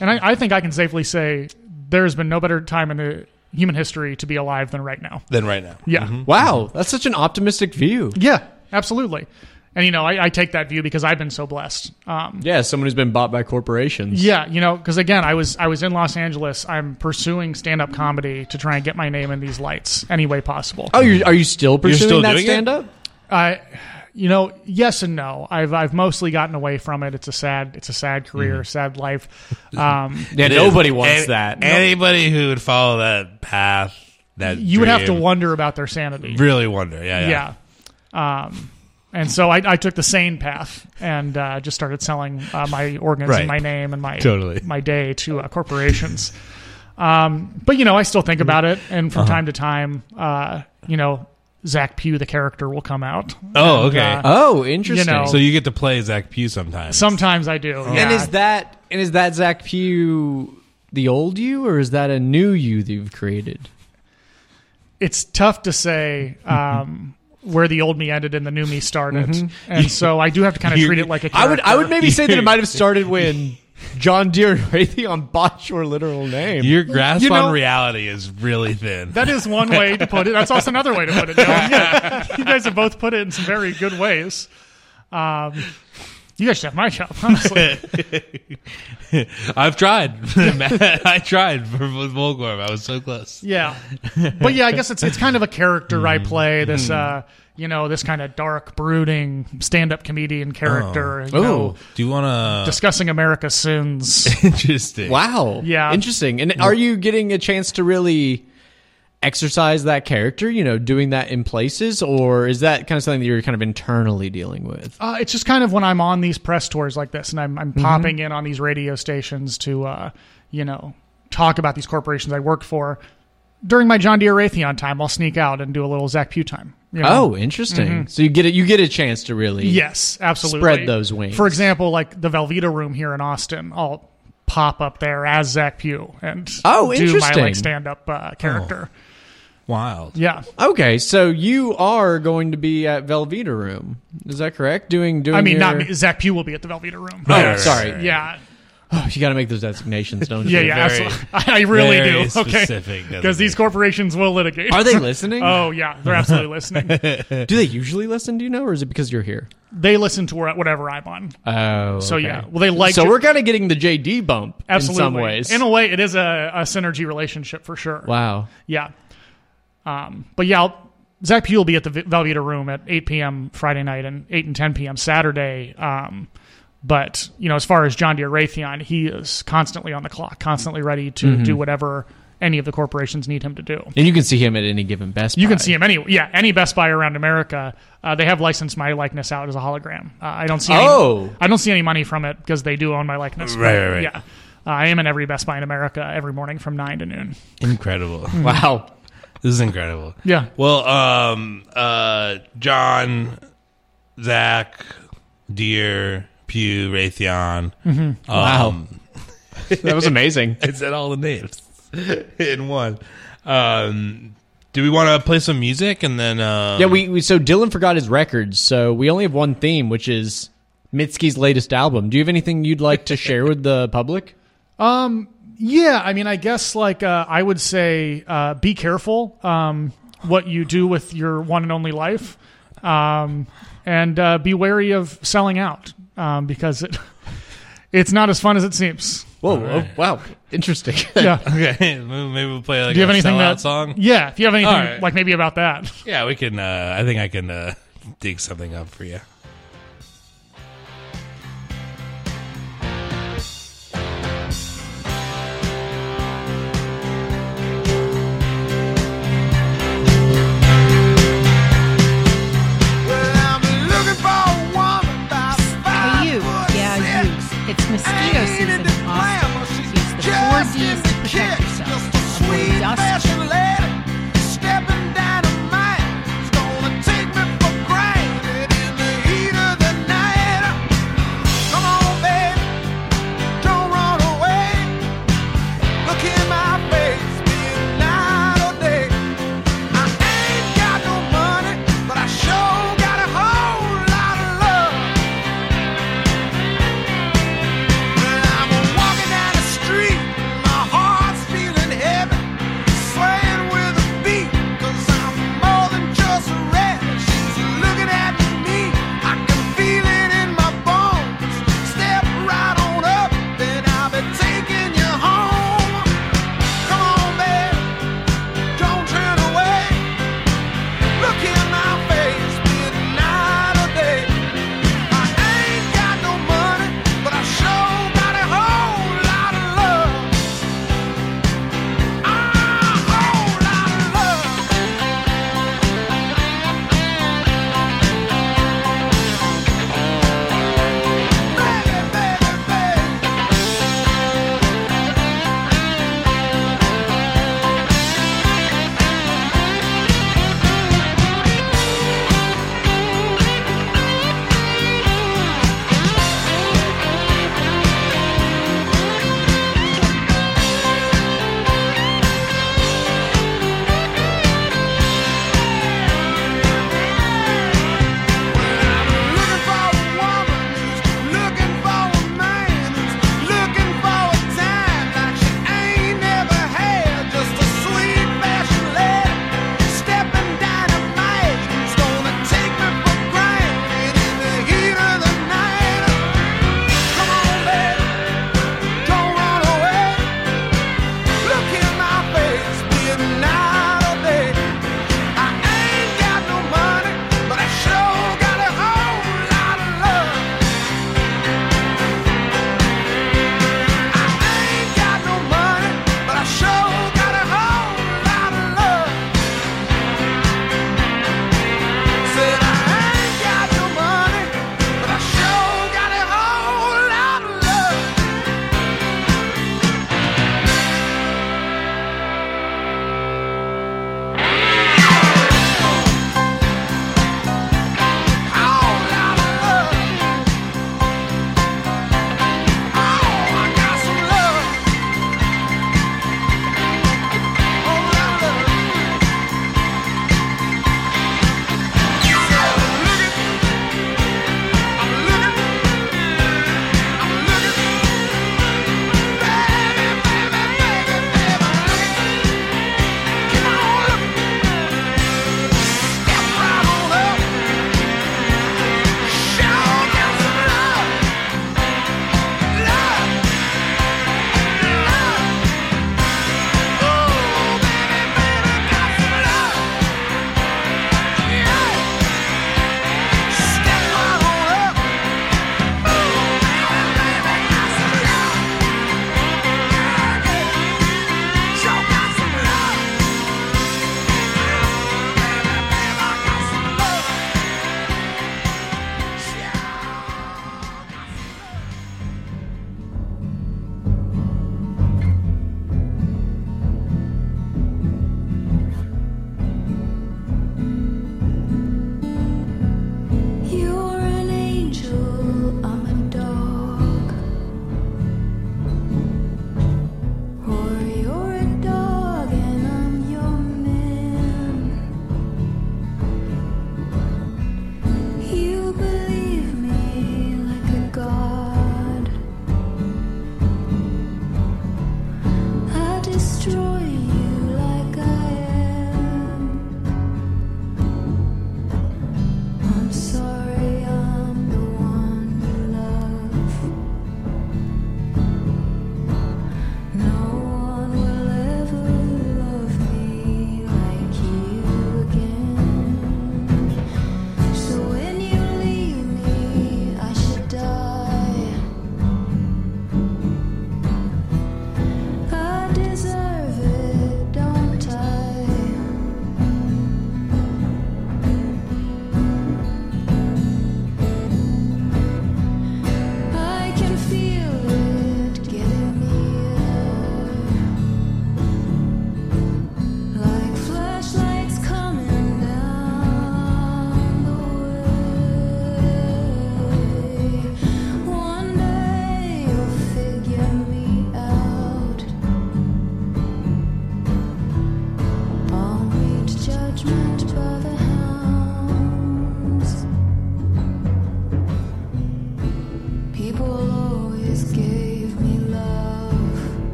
and I, I think I can safely say there has been no better time in the human history to be alive than right now.
Than right now.
*laughs*
Yeah.
Mm-hmm. Wow, that's such an optimistic view.
Yeah. Absolutely. And, you know, I, I take that view because I've been so blessed. Um,
Yeah, someone who's been bought by corporations.
yeah, you know, because again, I was I was in Los Angeles. I'm pursuing stand up comedy to try and get my name in these lights any way possible.
Oh, you're, are you still pursuing
still
that
doing it?
stand up?
I, you know, yes and no. I've I've mostly gotten away from it. It's a sad it's a sad
Mm-hmm.
career,
*laughs*
sad life. Um,
Yeah, nobody wants
An-
that.
Anybody who would follow that path, that
you would have to
dream,
wonder about their sanity.
really wonder. Yeah, yeah.
yeah. Um, and so I, I took the sane path and uh, just started selling uh, my organs
Right.
and my name and my
Totally.
my day to uh, corporations. Um, but you know, I still think about it, and
Uh-huh.
from time to time, uh, you know, Zach Pugh, the character, will come out.
Oh, okay.
uh,
Oh, interesting.
You know.
so you get to play Zach Pugh sometimes.
Sometimes I do. yeah.
And is that and is that Zach Pugh the old you or is that a new you that you've created?
it's tough to say
Mm-hmm.
um, where the old me ended and the new me started, and so I do have to kind of
You-
treat it like a
I
character.
would I would maybe say that it might have
*laughs*
started when John Deere and Raytheon botched your literal name.
Your grasp
You know-
on reality is really thin.
That is one way to put it. That's also another way to put it.
*laughs*
Dylan. Yeah. You guys have both put it in some very good ways. Um, you guys should have my job,
*laughs*
honestly.
I've tried. *laughs* Matt, I tried for with Volgorm. I was so close.
Yeah, but yeah, I guess it's it's kind of a character
Mm-hmm.
I play. This, uh, you know, this kind of dark, brooding stand-up comedian character.
Oh.
You know,
Do you want to?
discussing America's sins.
*laughs* Interesting.
Wow.
Yeah.
Interesting. And are you getting a chance to really exercise that character, you know, doing that in places or is that kind of something that you're kind of internally dealing with?
Uh, it's just kind of when I'm on these press tours like this, and I'm I'm
Mm-hmm.
popping in on these radio stations to, uh, you know, talk about these corporations I work for. During my John Deere Raytheon time, I'll sneak out and do a little Zach Pugh time. you know?
Oh, interesting.
mm-hmm.
So you get it you get a chance to really
yes, absolutely.
Spread those wings.
For example, like the Velveeta Room here in Austin, I'll pop up there as Zach Pugh and
Oh,
do my
interesting. Oh.
like stand up uh, character.
Wild.
Yeah,
Okay, so you are going to be at Velveeta Room. Is that correct? Doing doing
I mean, not
your-
me. Zach Pugh will be at the Velveeta Room.
Oh,
Right, right,
sorry.
right, right.
Yeah,
Oh, *laughs* you got to make those designations,
*laughs*
don't
yeah,
you?
yeah.
very-
absolutely. *laughs* I really
very
do. Okay,
specific
because these
designation.
corporations will litigate.
Are they listening?
*laughs*
*laughs*
Oh yeah, they're absolutely listening.
Do they usually listen? Do you know, or is it because you're here?
They listen to where- whatever I'm on.
Oh,
So yeah, well they like.
so
to-
we're kind of getting the JD bump
absolutely
in some ways.
In a way, it is a, a synergy relationship for sure.
wow.
Yeah. Um, but yeah, I'll, Zach Pugh will be at the V- Velveeta Room at 8 p.m. Friday night and 8 and 10 p.m. Saturday. Um, but you know, as far as John Deere Raytheon, he is constantly on the clock, constantly ready to
Mm-hmm.
do whatever any of the corporations need him to do.
And you can see him at any given Best.
You
Buy.
can see him any yeah any Best Buy around America. Uh, they have licensed my likeness out as a hologram. Uh, I don't see any,
Oh.
I don't see any money from it because they do own my likeness.
Right,
but,
right, right.
Yeah, uh, I am in every Best Buy in America every morning from nine to noon.
Incredible.
*laughs*
Mm.
Wow.
This is incredible.
Yeah,
Well, um, uh, John,
Mm-hmm.
Zach, Deer, Pew, Raytheon. Um, *laughs*
Wow. that was amazing.
It said all the names *laughs* in one. Um, do we want to play some music and then?
*laughs*
Um,
Yeah, we, we so Dylan forgot his records, so we only have one theme, which is Mitski's latest album. Do you have anything you'd like to share with the public?
Yeah, I mean, I guess like uh, I would say, uh, be careful um, what you do with your one and only life, um, and uh, be wary of selling out um, because it *laughs* it's not as fun as it seems.
Whoa, oh, wow, interesting. *laughs*
Yeah.
*laughs* okay. Maybe we'll play like
Do you
a
have anything
sellout
that
song.
Yeah, if you have anything
All right.
like maybe about that.
Yeah, we can. Uh, I think I can uh, dig something up for you.
Hey, you. Yeah, you. It's mosquito season in Austin. Use the four D's to protect yourself. Avoid dust,
Stepping down a mine, it's gonna take me for granted in the heat.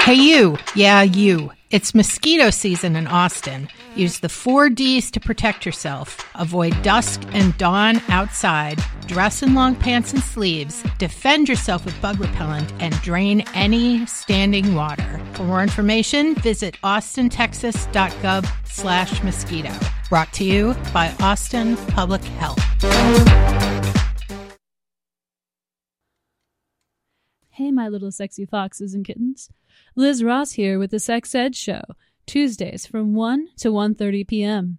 Hey, you. Yeah, you. It's mosquito season in Austin. Use the four D's to protect yourself. Avoid dusk and dawn outside. Dress in long pants and sleeves. Defend yourself with bug repellent and drain any standing water. For more information, visit austintexas.gov slash mosquito. Brought to you by Austin Public Health.
Hey, my little sexy foxes and kittens. Liz Ross here with the Sex Ed Show, Tuesdays from 1 to 1.30 p.m.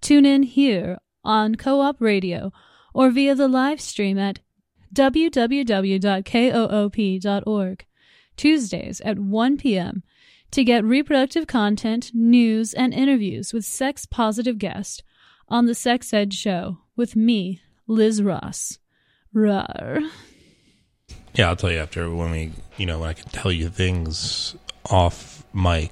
Tune in here on Co-op Radio or via the live stream at www.koop.org. Tuesdays at 1 p.m. to get reproductive content, news, and interviews with sex-positive guests on the Sex Ed Show with me, Liz Ross. Rawr.
Yeah, I'll tell you after when we, you know, when I can tell you things off mic.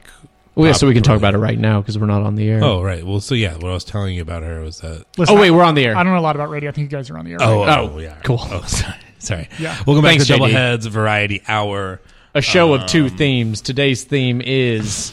Well, yeah, so we can talk
properly.
about it right now because we're not on the air.
Oh, right. Well, so yeah, what I was telling you about her was that.
Listen,
Oh, wait, we're on the air.
I don't know a lot about radio. I think you guys are on the air.
Oh,
right?
oh, yeah.
cool.
Oh, *laughs* sorry. Sorry.
Yeah.
Welcome back
Thanks,
to
JD.
Doubleheads Variety Hour.
A show of two themes. Today's theme is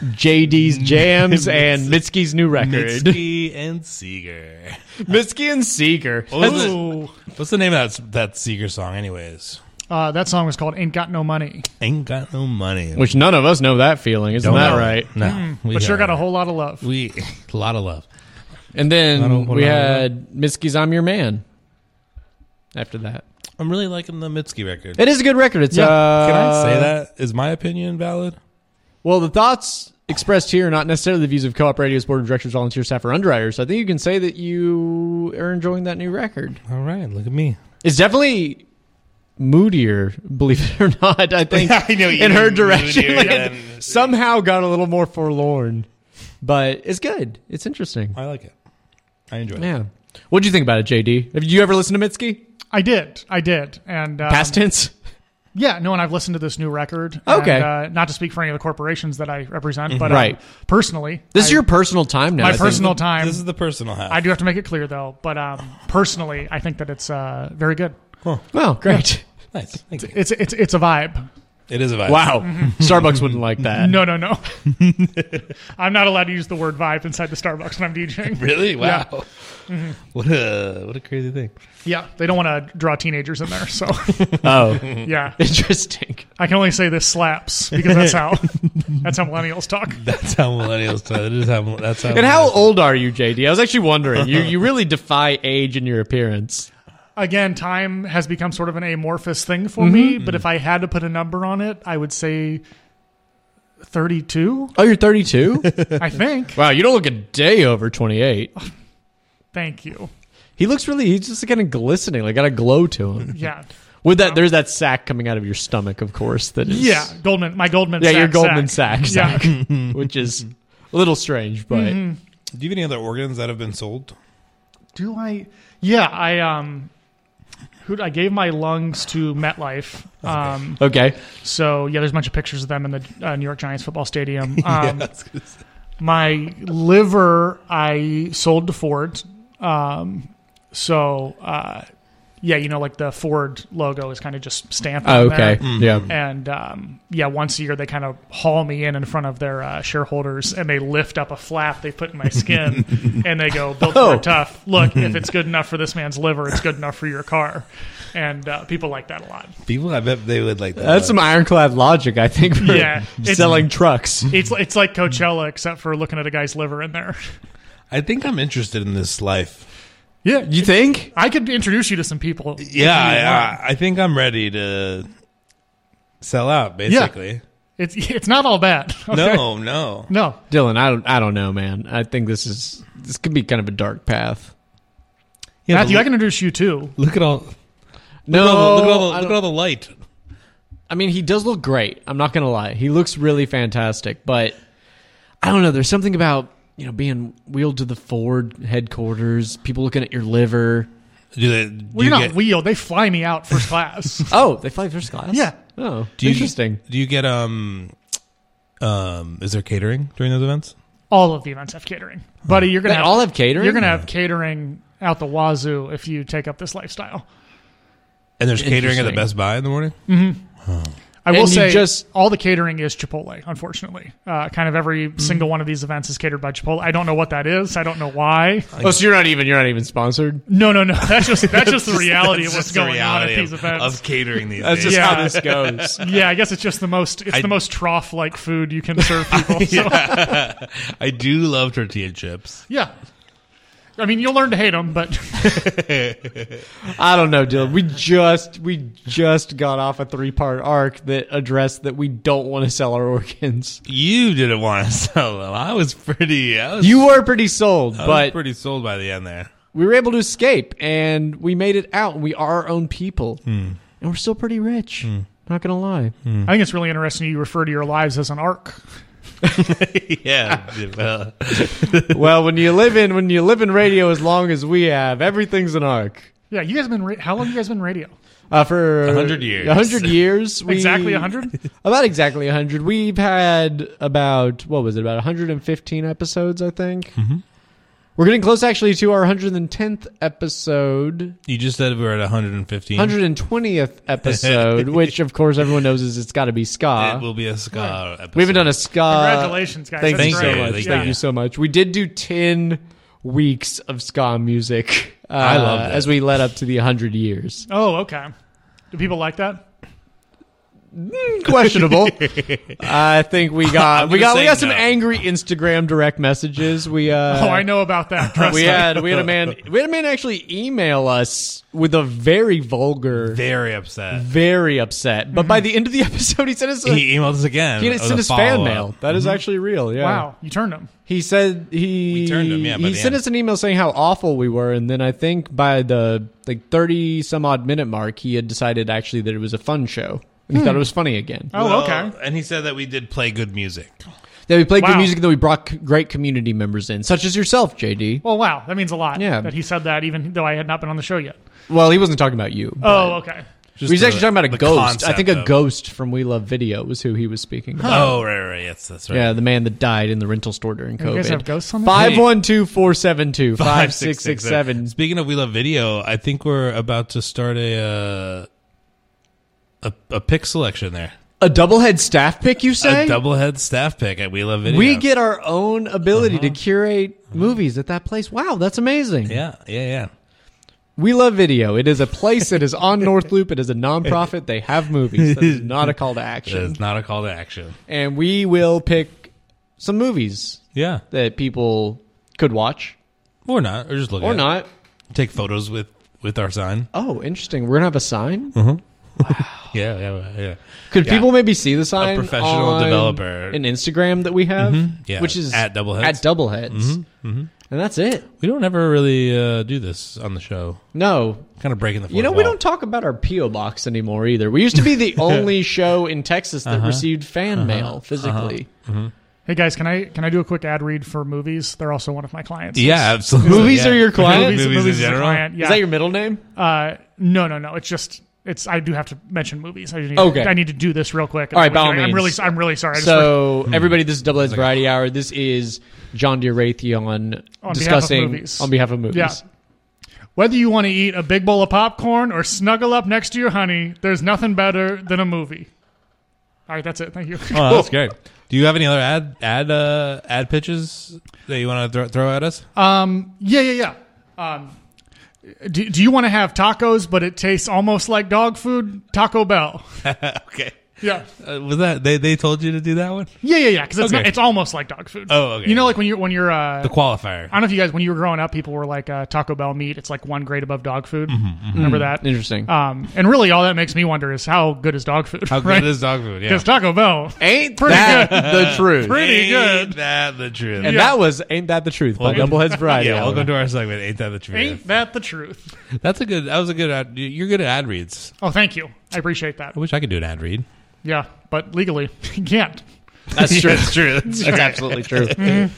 JD's Jams and Mitski's new record.
Mitski and Seeger.
*laughs* Mitski and Seeger.
What was
Ooh.
it- What's the name of that, that Seeger song, anyways?
Uh, that song was called "Ain't Got No Money,"
Ain't got no money.
Which none of us know that feeling, isn't that
know.
right?
No. we
but sure
don't.
got a whole lot of love.
We, *laughs* a lot of love.
And
I
then
don't-
we
I don't know.
had Mitski's "I'm Your Man." After that,
I'm really liking the Mitski record.
it is a good record. It's uh,
Can I say that? Is my opinion valid?
Well, the thoughts expressed here are not necessarily the views of Co-op Radio's board of directors, volunteer staff, or underwriters. So I think you can say that you are enjoying that new record.
All right, look at me.
It's definitely moodier, believe it or not. I think
*laughs* I know you
in her
mean
direction,
moodier
like,
than-
somehow got a little more forlorn, but it's good. It's interesting.
I like it. I enjoy it.
Yeah. What do you think about it, JD? Have you ever listened to Mitski?
I did, I did, and um,
Past tense.
Yeah, no, and I've listened to this new record.
Okay.
and, uh, not to speak for any of the corporations that I represent, but
Right.
um, personally,
This is
I-
your personal time now.
my
I think.
personal time.
This is the personal half.
I do have to make it clear though, but um, personally, I think that it's uh, very good.
Well,
*laughs*
great.
nice. Thank you.
It's it's it's a vibe.
It is a vibe.
Wow. *laughs* Starbucks wouldn't like that.
No, no, no. I'm not allowed to use the word vibe inside the Starbucks when I'm DJing.
Really? Wow. What a what a crazy thing.
Yeah, they don't want to draw teenagers in there. So *laughs*
Oh, *laughs*
yeah,
interesting.
I can only say this slaps because
*laughs*
that's how that's how millennials talk.
That's how millennials talk. That is how. That's how.
And how old are you, JD? I was actually wondering. You you really defy age in your appearance.
Again, time has become sort of an amorphous thing for me.
Mm-hmm.
But if I had to put a number on it, I would say 32.
Oh, you're 32.
I think.
*laughs* wow, you don't look a day over 28.
Thank you.
He looks really. He's just kind of glistening. Like got a glow to him.
Yeah,
With that, there's that sack coming out of your stomach, of course. That is
yeah. Goldman, my Goldman.
yeah,
Sachs
your Goldman Sachs,
Yeah.
sack, *laughs* which is a little strange, but
Mm-hmm.
Do you have any other organs that have been sold?
Do I? Yeah, I um, who I gave my lungs to MetLife. Um,
okay.
so yeah, there's a bunch of pictures of them in the uh, New York Giants football stadium. Um, my liver I sold to Ford. Um, so uh, yeah, you know, like the Ford logo is kind of just stamped.
Oh,
on there.
okay. Yeah.
Mm-hmm. And um, yeah, once a year they kind of haul me in in front of their uh, shareholders, and they lift up a flap they put in
*laughs*
my skin, and they go, "Built
Oh.
for tough.
*laughs*
Look, if it's good enough for this man's liver, it's good enough for your car." And uh, people like that a lot.
People, I bet they would like that.
That's some ironclad logic, I think. For
Yeah,
*laughs*
it's-
selling trucks.
It's it's like Coachella, except for looking at a guy's liver in there.
I think I'm interested in this life.
Yeah,
You think?
I could introduce you to some people.
Yeah, I, I, I think I'm ready to sell out. Basically,
It's it's not all bad.
no, no.
No,
Dylan, I don't, I don't know, man. I think this is this could be kind of a dark path.
Yeah,
Matthew,
but
I can introduce you too.
look, look at all.
No,
Look at all the, look at all
I don't-
the, look at all the light.
I mean, he does look great. I'm not gonna lie. He looks really fantastic, but I don't know. There's something about you know being wheeled to the Ford headquarters, people looking at your liver.
Do they? Do
Well,
you
you're not
get,
wheeled. They fly me out first class.
*laughs* Oh, they fly first class.
Yeah.
Oh,
do you,
interesting.
Do you get um, um? Is there catering during those events?
all of the events have catering, buddy. You're gonna
They
have,
all have catering?
You're gonna have catering out the wazoo if you take up this lifestyle.
And there's catering at the
Interesting.
Best Buy in the morning.
I will
And you
say,
just-
all the catering is Chipotle. Unfortunately, uh, kind of every single one of these events is catered by Chipotle. I don't know what that is. I don't know why.
Oh, so you're not even you're not even sponsored.
No, no, no. That's just that's just the reality of what's
That's the
going on at
reality
these
of,
events.
of catering these
That's
days.
just
Yeah.
how this goes.
yeah, I guess it's just the most it's
I-
the most trough like food you can serve people. So, yeah.
I do love tortilla chips.
I mean, you'll learn to hate them, but
I don't know, Dylan. We just we just got off a three part arc that addressed that we don't want to sell our organs.
You didn't want to *laughs* sell them. I was pretty. I was,
You were pretty sold,
I was
but
pretty sold by the end there. *laughs*
we were able to escape and we made it out and we are our own people.
Hmm.
And we're still pretty rich. Not gonna lie.
I think it's really interesting you refer to your lives as an arc.
yeah. well,
*laughs* well, when you live in when you live in radio as long as we have, everything's an arc.
Yeah, you guys have been ra- how long have you guys been radio?
Uh, for
100 years.
100
*laughs*
years. We, uh,
Exactly 100?
About exactly 100. We've had about, what was it, about 115 episodes, I think.
Mm-hmm.
We're getting close, actually, to our 110th episode,
you just said we were at 115. *laughs*
120th episode, which, of course, everyone knows is it's got to be ska.
it will be a ska episode.
uh, we haven't done a ska.
Congratulations, guys.
Thank
That's
you so
great.
much.
Thank
Thank
you.
you so much. We did do 10 weeks of ska music. Uh, I
love that.
as we led up to the 100 years.
Oh, okay. Do people like that?
questionable. *laughs* I think we got
I'm
we
gonna
got we
say
got some
no.
angry Instagram direct messages. We uh
*laughs* oh, I know about
*laughs*
that. Trust
we
me.
had we had a man we had a man actually email us with a very vulgar, very,
Very upset.
upset. But by the end of the *laughs* episode, he sent us a, he,
He emailed us again.
had
with
sent
a
us fan
follow-up. Mm-hmm.
mail. That is actually real. Yeah.
Wow, you turned them.
He said he
We turned him, yeah, by
he
the
sent
end.
us an email saying how awful we were, and then I think by the like thirty some odd minute mark, he had decided actually that it was a fun show. And he thought it was funny again.
Oh,
Well,
okay.
And he said that we did play good music.
That we played
Wow.
good music, that we brought c- great community members in, such as yourself, JD.
Well, wow, that means a lot.
Yeah.
that he said that, even though I had not been on the show yet.
Well, he wasn't talking about you.
Oh, okay.
He was
the-
actually talking about a
the
ghost. I think a
concept of-
ghost from We Love Video was who he was speaking about.
Oh, right, right, right. Yes, that's right. *laughs*
Yeah, the man that died in the rental store during COVID.
You guys have ghosts on there?
Five one two four seven two five six six seven.
Speaking of We Love Video, I think we're about to start a uh, a, a pick selection there.
A doublehead staff pick, you say?
A double head staff pick at We Love Video.
we get our own ability to curate movies at that place. Wow, that's amazing.
Uh-huh. yeah, yeah, yeah.
We love video. It is a place that is
*laughs*
on North Loop. It is a nonprofit. They have movies. That is not a call to action.
It's not a call to action.
and we will pick some movies
Yeah,
that people could watch
or not, or just look
or
at it.
not.
Take photos with with our sign.
Oh, interesting. We're gonna have a sign.
Yeah, yeah, yeah.
Could
Uh-huh. Yeah.
people maybe see the sign?
professional
on
developer. Mm-hmm.
an Instagram that we have,
yeah.
which is
At Doubleheads. Mm-hmm.
At Doubleheads, and that's it.
We don't ever really uh, do this on the show.
No,
Kind of breaking the. Fourth
you know we
wall.
don't talk about our PO box anymore either. We used to be the only show in Texas that received fan mail physically.
Hey guys, can I can I do a quick ad read for movies? They're also one of my clients.
Yeah, absolutely.
Movies
yeah.
are your client?
movies,
Movies
movies
in
is a
general?
client. Yeah.
Is that your middle name?
Uh, no, no, no. It's just it's. I do have to mention movies. I need,
Okay.
I need to do this real quick.
All right, by all
I'm
means.
really, I'm really sorry. I just
So everybody, this is Double Ed's Variety Hour. This is John Deere Raytheon
On behalf of
discussing
movies.
on behalf of movies.
Yeah. Whether you want to eat a big bowl of popcorn or snuggle up next to your honey, there's nothing better than a movie. All right, that's it. Thank you.
Oh, that's great. Do you have any other ad ad uh, ad pitches that you want to throw, throw
*laughs*
at us?
*laughs* Yeah, yeah, yeah. Um, do, do you want to have tacos, but it tastes almost like dog food? Taco Bell.
okay.
Yeah,
Uh, was that they, they told you to do that one?
yeah, yeah, yeah. Because it's,
Okay.
not- it's almost like dog food.
Oh, okay.
You know, like when you're when you're uh,
The qualifier.
I don't know if you guys, when you were growing up, people were like uh, Taco Bell meat. It's like one grade above dog food.
Mm-hmm,
Remember that?
Mm, Interesting.
Um, and really, all that makes me wonder is how good is dog food?
How good
right?
is dog food? Yeah.
Because Taco Bell,
Ain't
Pretty
that the truth?
pretty
Ain't
good.
that the truth?
And
Yeah.
that was Ain't That the Truth by
Welcome-
Doubleheads Variety.
yeah,
Hour.
welcome to our segment. Ain't that the truth?
Ain't that the truth?
That's a good. That was a good. Ad, you're good at ad reads.
Oh, thank you. I appreciate that.
I wish I could do an ad read.
Yeah, but legally, *laughs* you can't.
That's true.
That's true. That's
That's *laughs* absolutely true.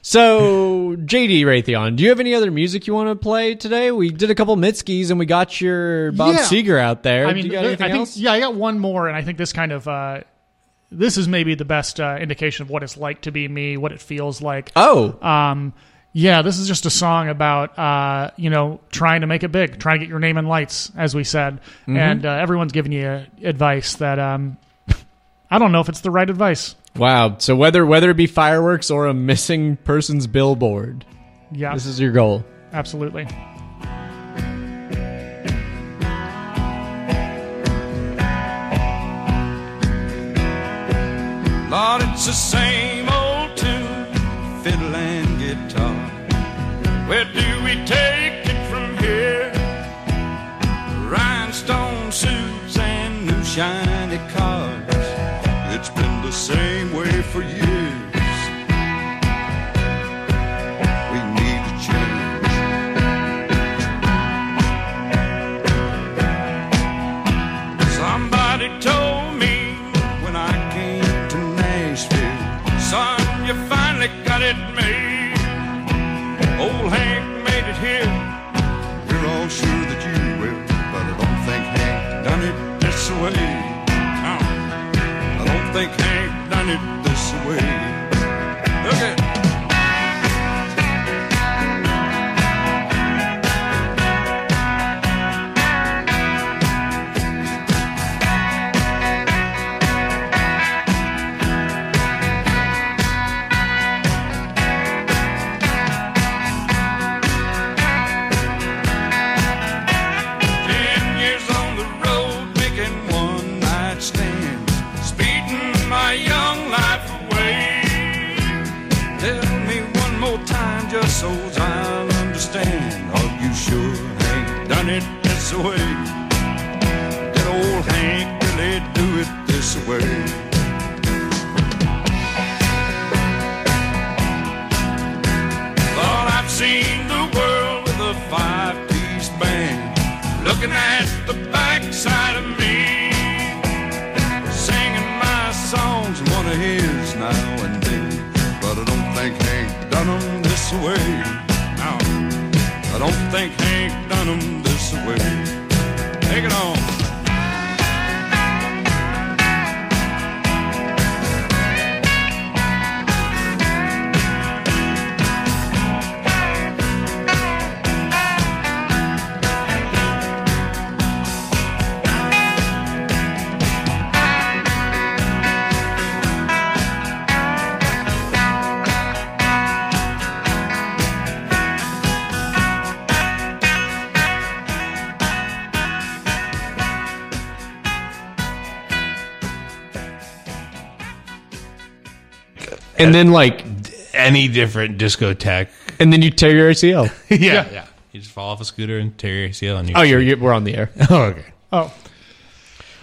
So, JD Raytheon, do you have any other music you want to play today? We did a couple Mitskis and we got your Bob
Yeah.
Seger out there.
I mean,
do you got
there-
anything
I think
else?
yeah, I got one more, and I think this kind of uh, this is maybe the best uh, indication of what it's like to be me, what it feels like.
Oh,
Um, yeah, this is just a song about uh, you know trying to make it big,
Mm-hmm.
trying to get your name in lights, as we said, and uh, everyone's giving you advice that um, *laughs* I don't know if it's the right advice.
Wow. So whether whether it be fireworks or a missing person's billboard,
Yeah,
this is your goal.
absolutely.
Lord, it's the same old tune, fiddle and guitar. Where do we take it from here? Rhinestone suits and new shiny cars. It's been the same way for years. We need a change. Somebody told me when I came to Nashville, son, you finally got it made. Old Hank made it here. We're all sure that you will, but I don't think Hank done it this way. No, I don't think Hank done it this way. Look at Ten years on the road, making one night stands, speeding my young life away. Tell me one more time, just so I'll understand. Are you sure Hank done it this way? Did old Hank really do it this way? Lord, I've seen the world with a five-piece band Looking at the backside of me Singing my songs, one of his now and then But I don't think Hank done 'em this way No, I don't think Hank done 'em this way Take it on
And then like,
Any different discotheque.
and then you tear your *laughs* ACL.
yeah, yeah, You just fall off a scooter and tear your ACL. And
Oh, you're, you we're on the air.
*laughs* Oh, okay.
Oh,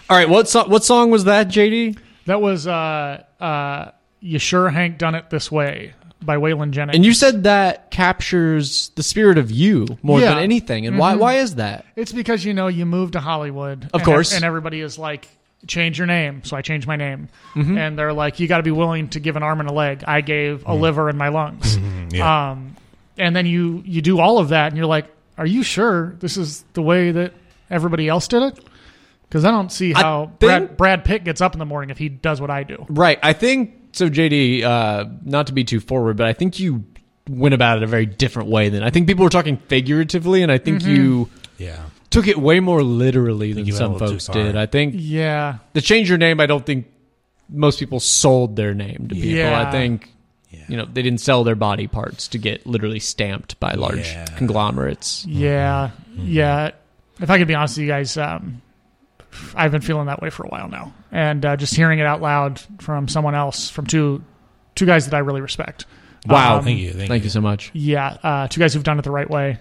All right. What song? What song was that, JD?
that was uh, uh, "You Sure Hank Done It This Way" by Waylon Jennings.
And you said that captures the spirit of you more
Yeah.
than anything. And why? Why is that?
It's because you know you moved to Hollywood, of
course.
and everybody is like, "Change your name." So I changed my name, and they're like, "You got to be willing to give an arm and a leg." I gave a liver and my lungs,
yeah.
um, and then you you do all of that, and you're like, "Are you sure this is the way that everybody else did it?" Because I don't see how Brad,
think-
Brad Pitt gets up in the morning if he does what I do.
Right. I think so, JD. Uh, not to be too forward, but I think you went about it a very different way than I think people were talking figuratively, and I think you
Yeah.
took it way more literally Mm-hmm. than
you went a
some
little too
folks
far.
did. I think
Yeah,
the change your name. I don't think most people sold their name to people.
Yeah.
I think. You know, they didn't sell their body parts to get literally stamped by large
Yeah.
conglomerates.
yeah, yeah. If I could be honest with you guys, um, I've been feeling that way for a while now, and uh, just hearing it out loud from someone else, from two two guys that I really respect.
Wow.
Um,
Thank you. Thank,
Thank
you.
you so much.
Yeah, uh, two guys who've done it the right way.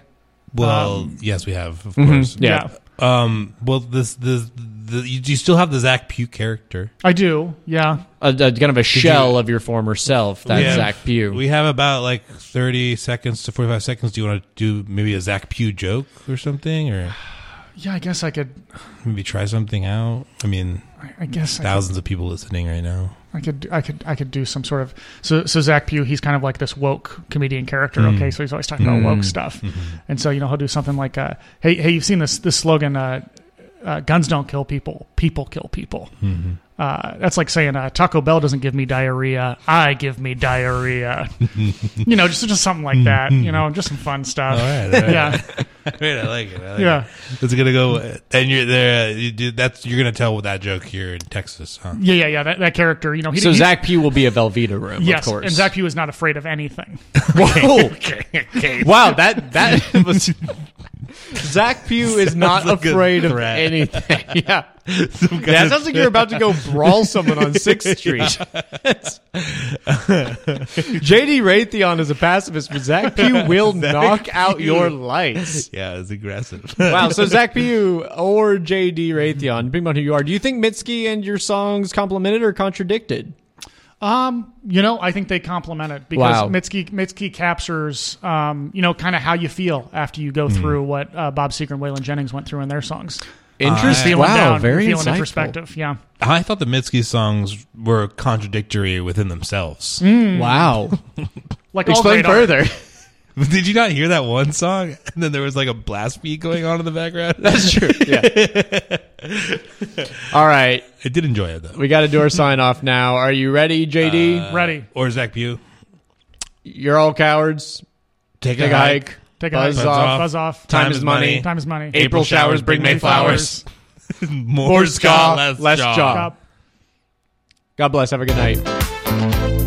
Well, yes, we have, of course.
Yeah.
Um. Well, this this the you, you still have the Zach Pugh character.
I do. Yeah,
A, a kind of a shell
you-
of your former self, that
We have-
Zach Pugh.
We have about like thirty seconds to forty-five seconds. Do you want to do maybe a Zach Pugh joke or something, or
yeah. I guess I could.
maybe try something out? I mean,
I- I guess I could,
thousands of people listening right now.
I could. I could. I could do some sort of. So, so Zach Pugh, he's kind of like this woke comedian character.
Mm.
Okay, so he's always talking about woke stuff,
Mm-hmm.
and so you know he'll do something like, uh,
Mm-hmm.
"Hey, hey, you've seen this this slogan." Uh, uh, guns don't kill people; people kill people. Uh, that's like saying uh, Taco Bell doesn't give me diarrhea. I give
*laughs*
me diarrhea. you know, just just something like that.
Mm-hmm.
You know, just some fun stuff.
All right,
*laughs*
all right.
Yeah,
Great, I like it. I like
yeah.
it. It's gonna go, and you're there. You do, that's you're gonna tell with that joke here in Texas, huh?
Yeah, yeah, yeah. That, that character, you know, he
So
he-
Zach P will be a Velveeta room,
yes,
of course.
and
*laughs*
Zach Pugh is not afraid of anything.
Whoa.
*laughs* okay.
Wow, that
*laughs*
that was Zach Pugh is not
like a
afraid of
threat.
anything. *laughs* Yeah. *laughs* That sounds like you're about to go brawl someone on *laughs* Sixth Street. JD Raytheon is a pacifist, but *laughs* Zach Pugh will knock out your lights.
Yeah, it's aggressive. *laughs*
Wow, so Zach Pugh or JD Raytheon, depending on who you are, do you think Mitski and your songs complemented or contradicted?
Um, you know, I think they complement it because
Wow.
Mitski Mitski captures, um, you know, kind of how you feel after you
Mm-hmm.
go through what uh, Bob Seger and Waylon Jennings went through in their songs.
Uh, Interesting.
Feeling
wow,
down,
very
feeling
insightful.
in perspective. Yeah,
I thought the Mitski songs were contradictory within themselves.
Mm. Wow.
like all
Hmm. Explain
Hmm. great art.
*laughs* further.
*laughs* Did you not hear that one song? *laughs* And then there was like a blast beat going on in the background.
That's true. Yeah. All right.
*laughs* I did enjoy it though.
We got to do our sign off now. Are you ready, JD?
Ready?
Or Zach Pugh,
You're all cowards.
take,
Take a hike.
Take a
Buzz
buzz
off.
off. Buzz off.
Time is money.
Time is money.
April showers bring May flowers.
More ska, less,
less
jaw.
jaw.
Stop.
God bless. Have a good night.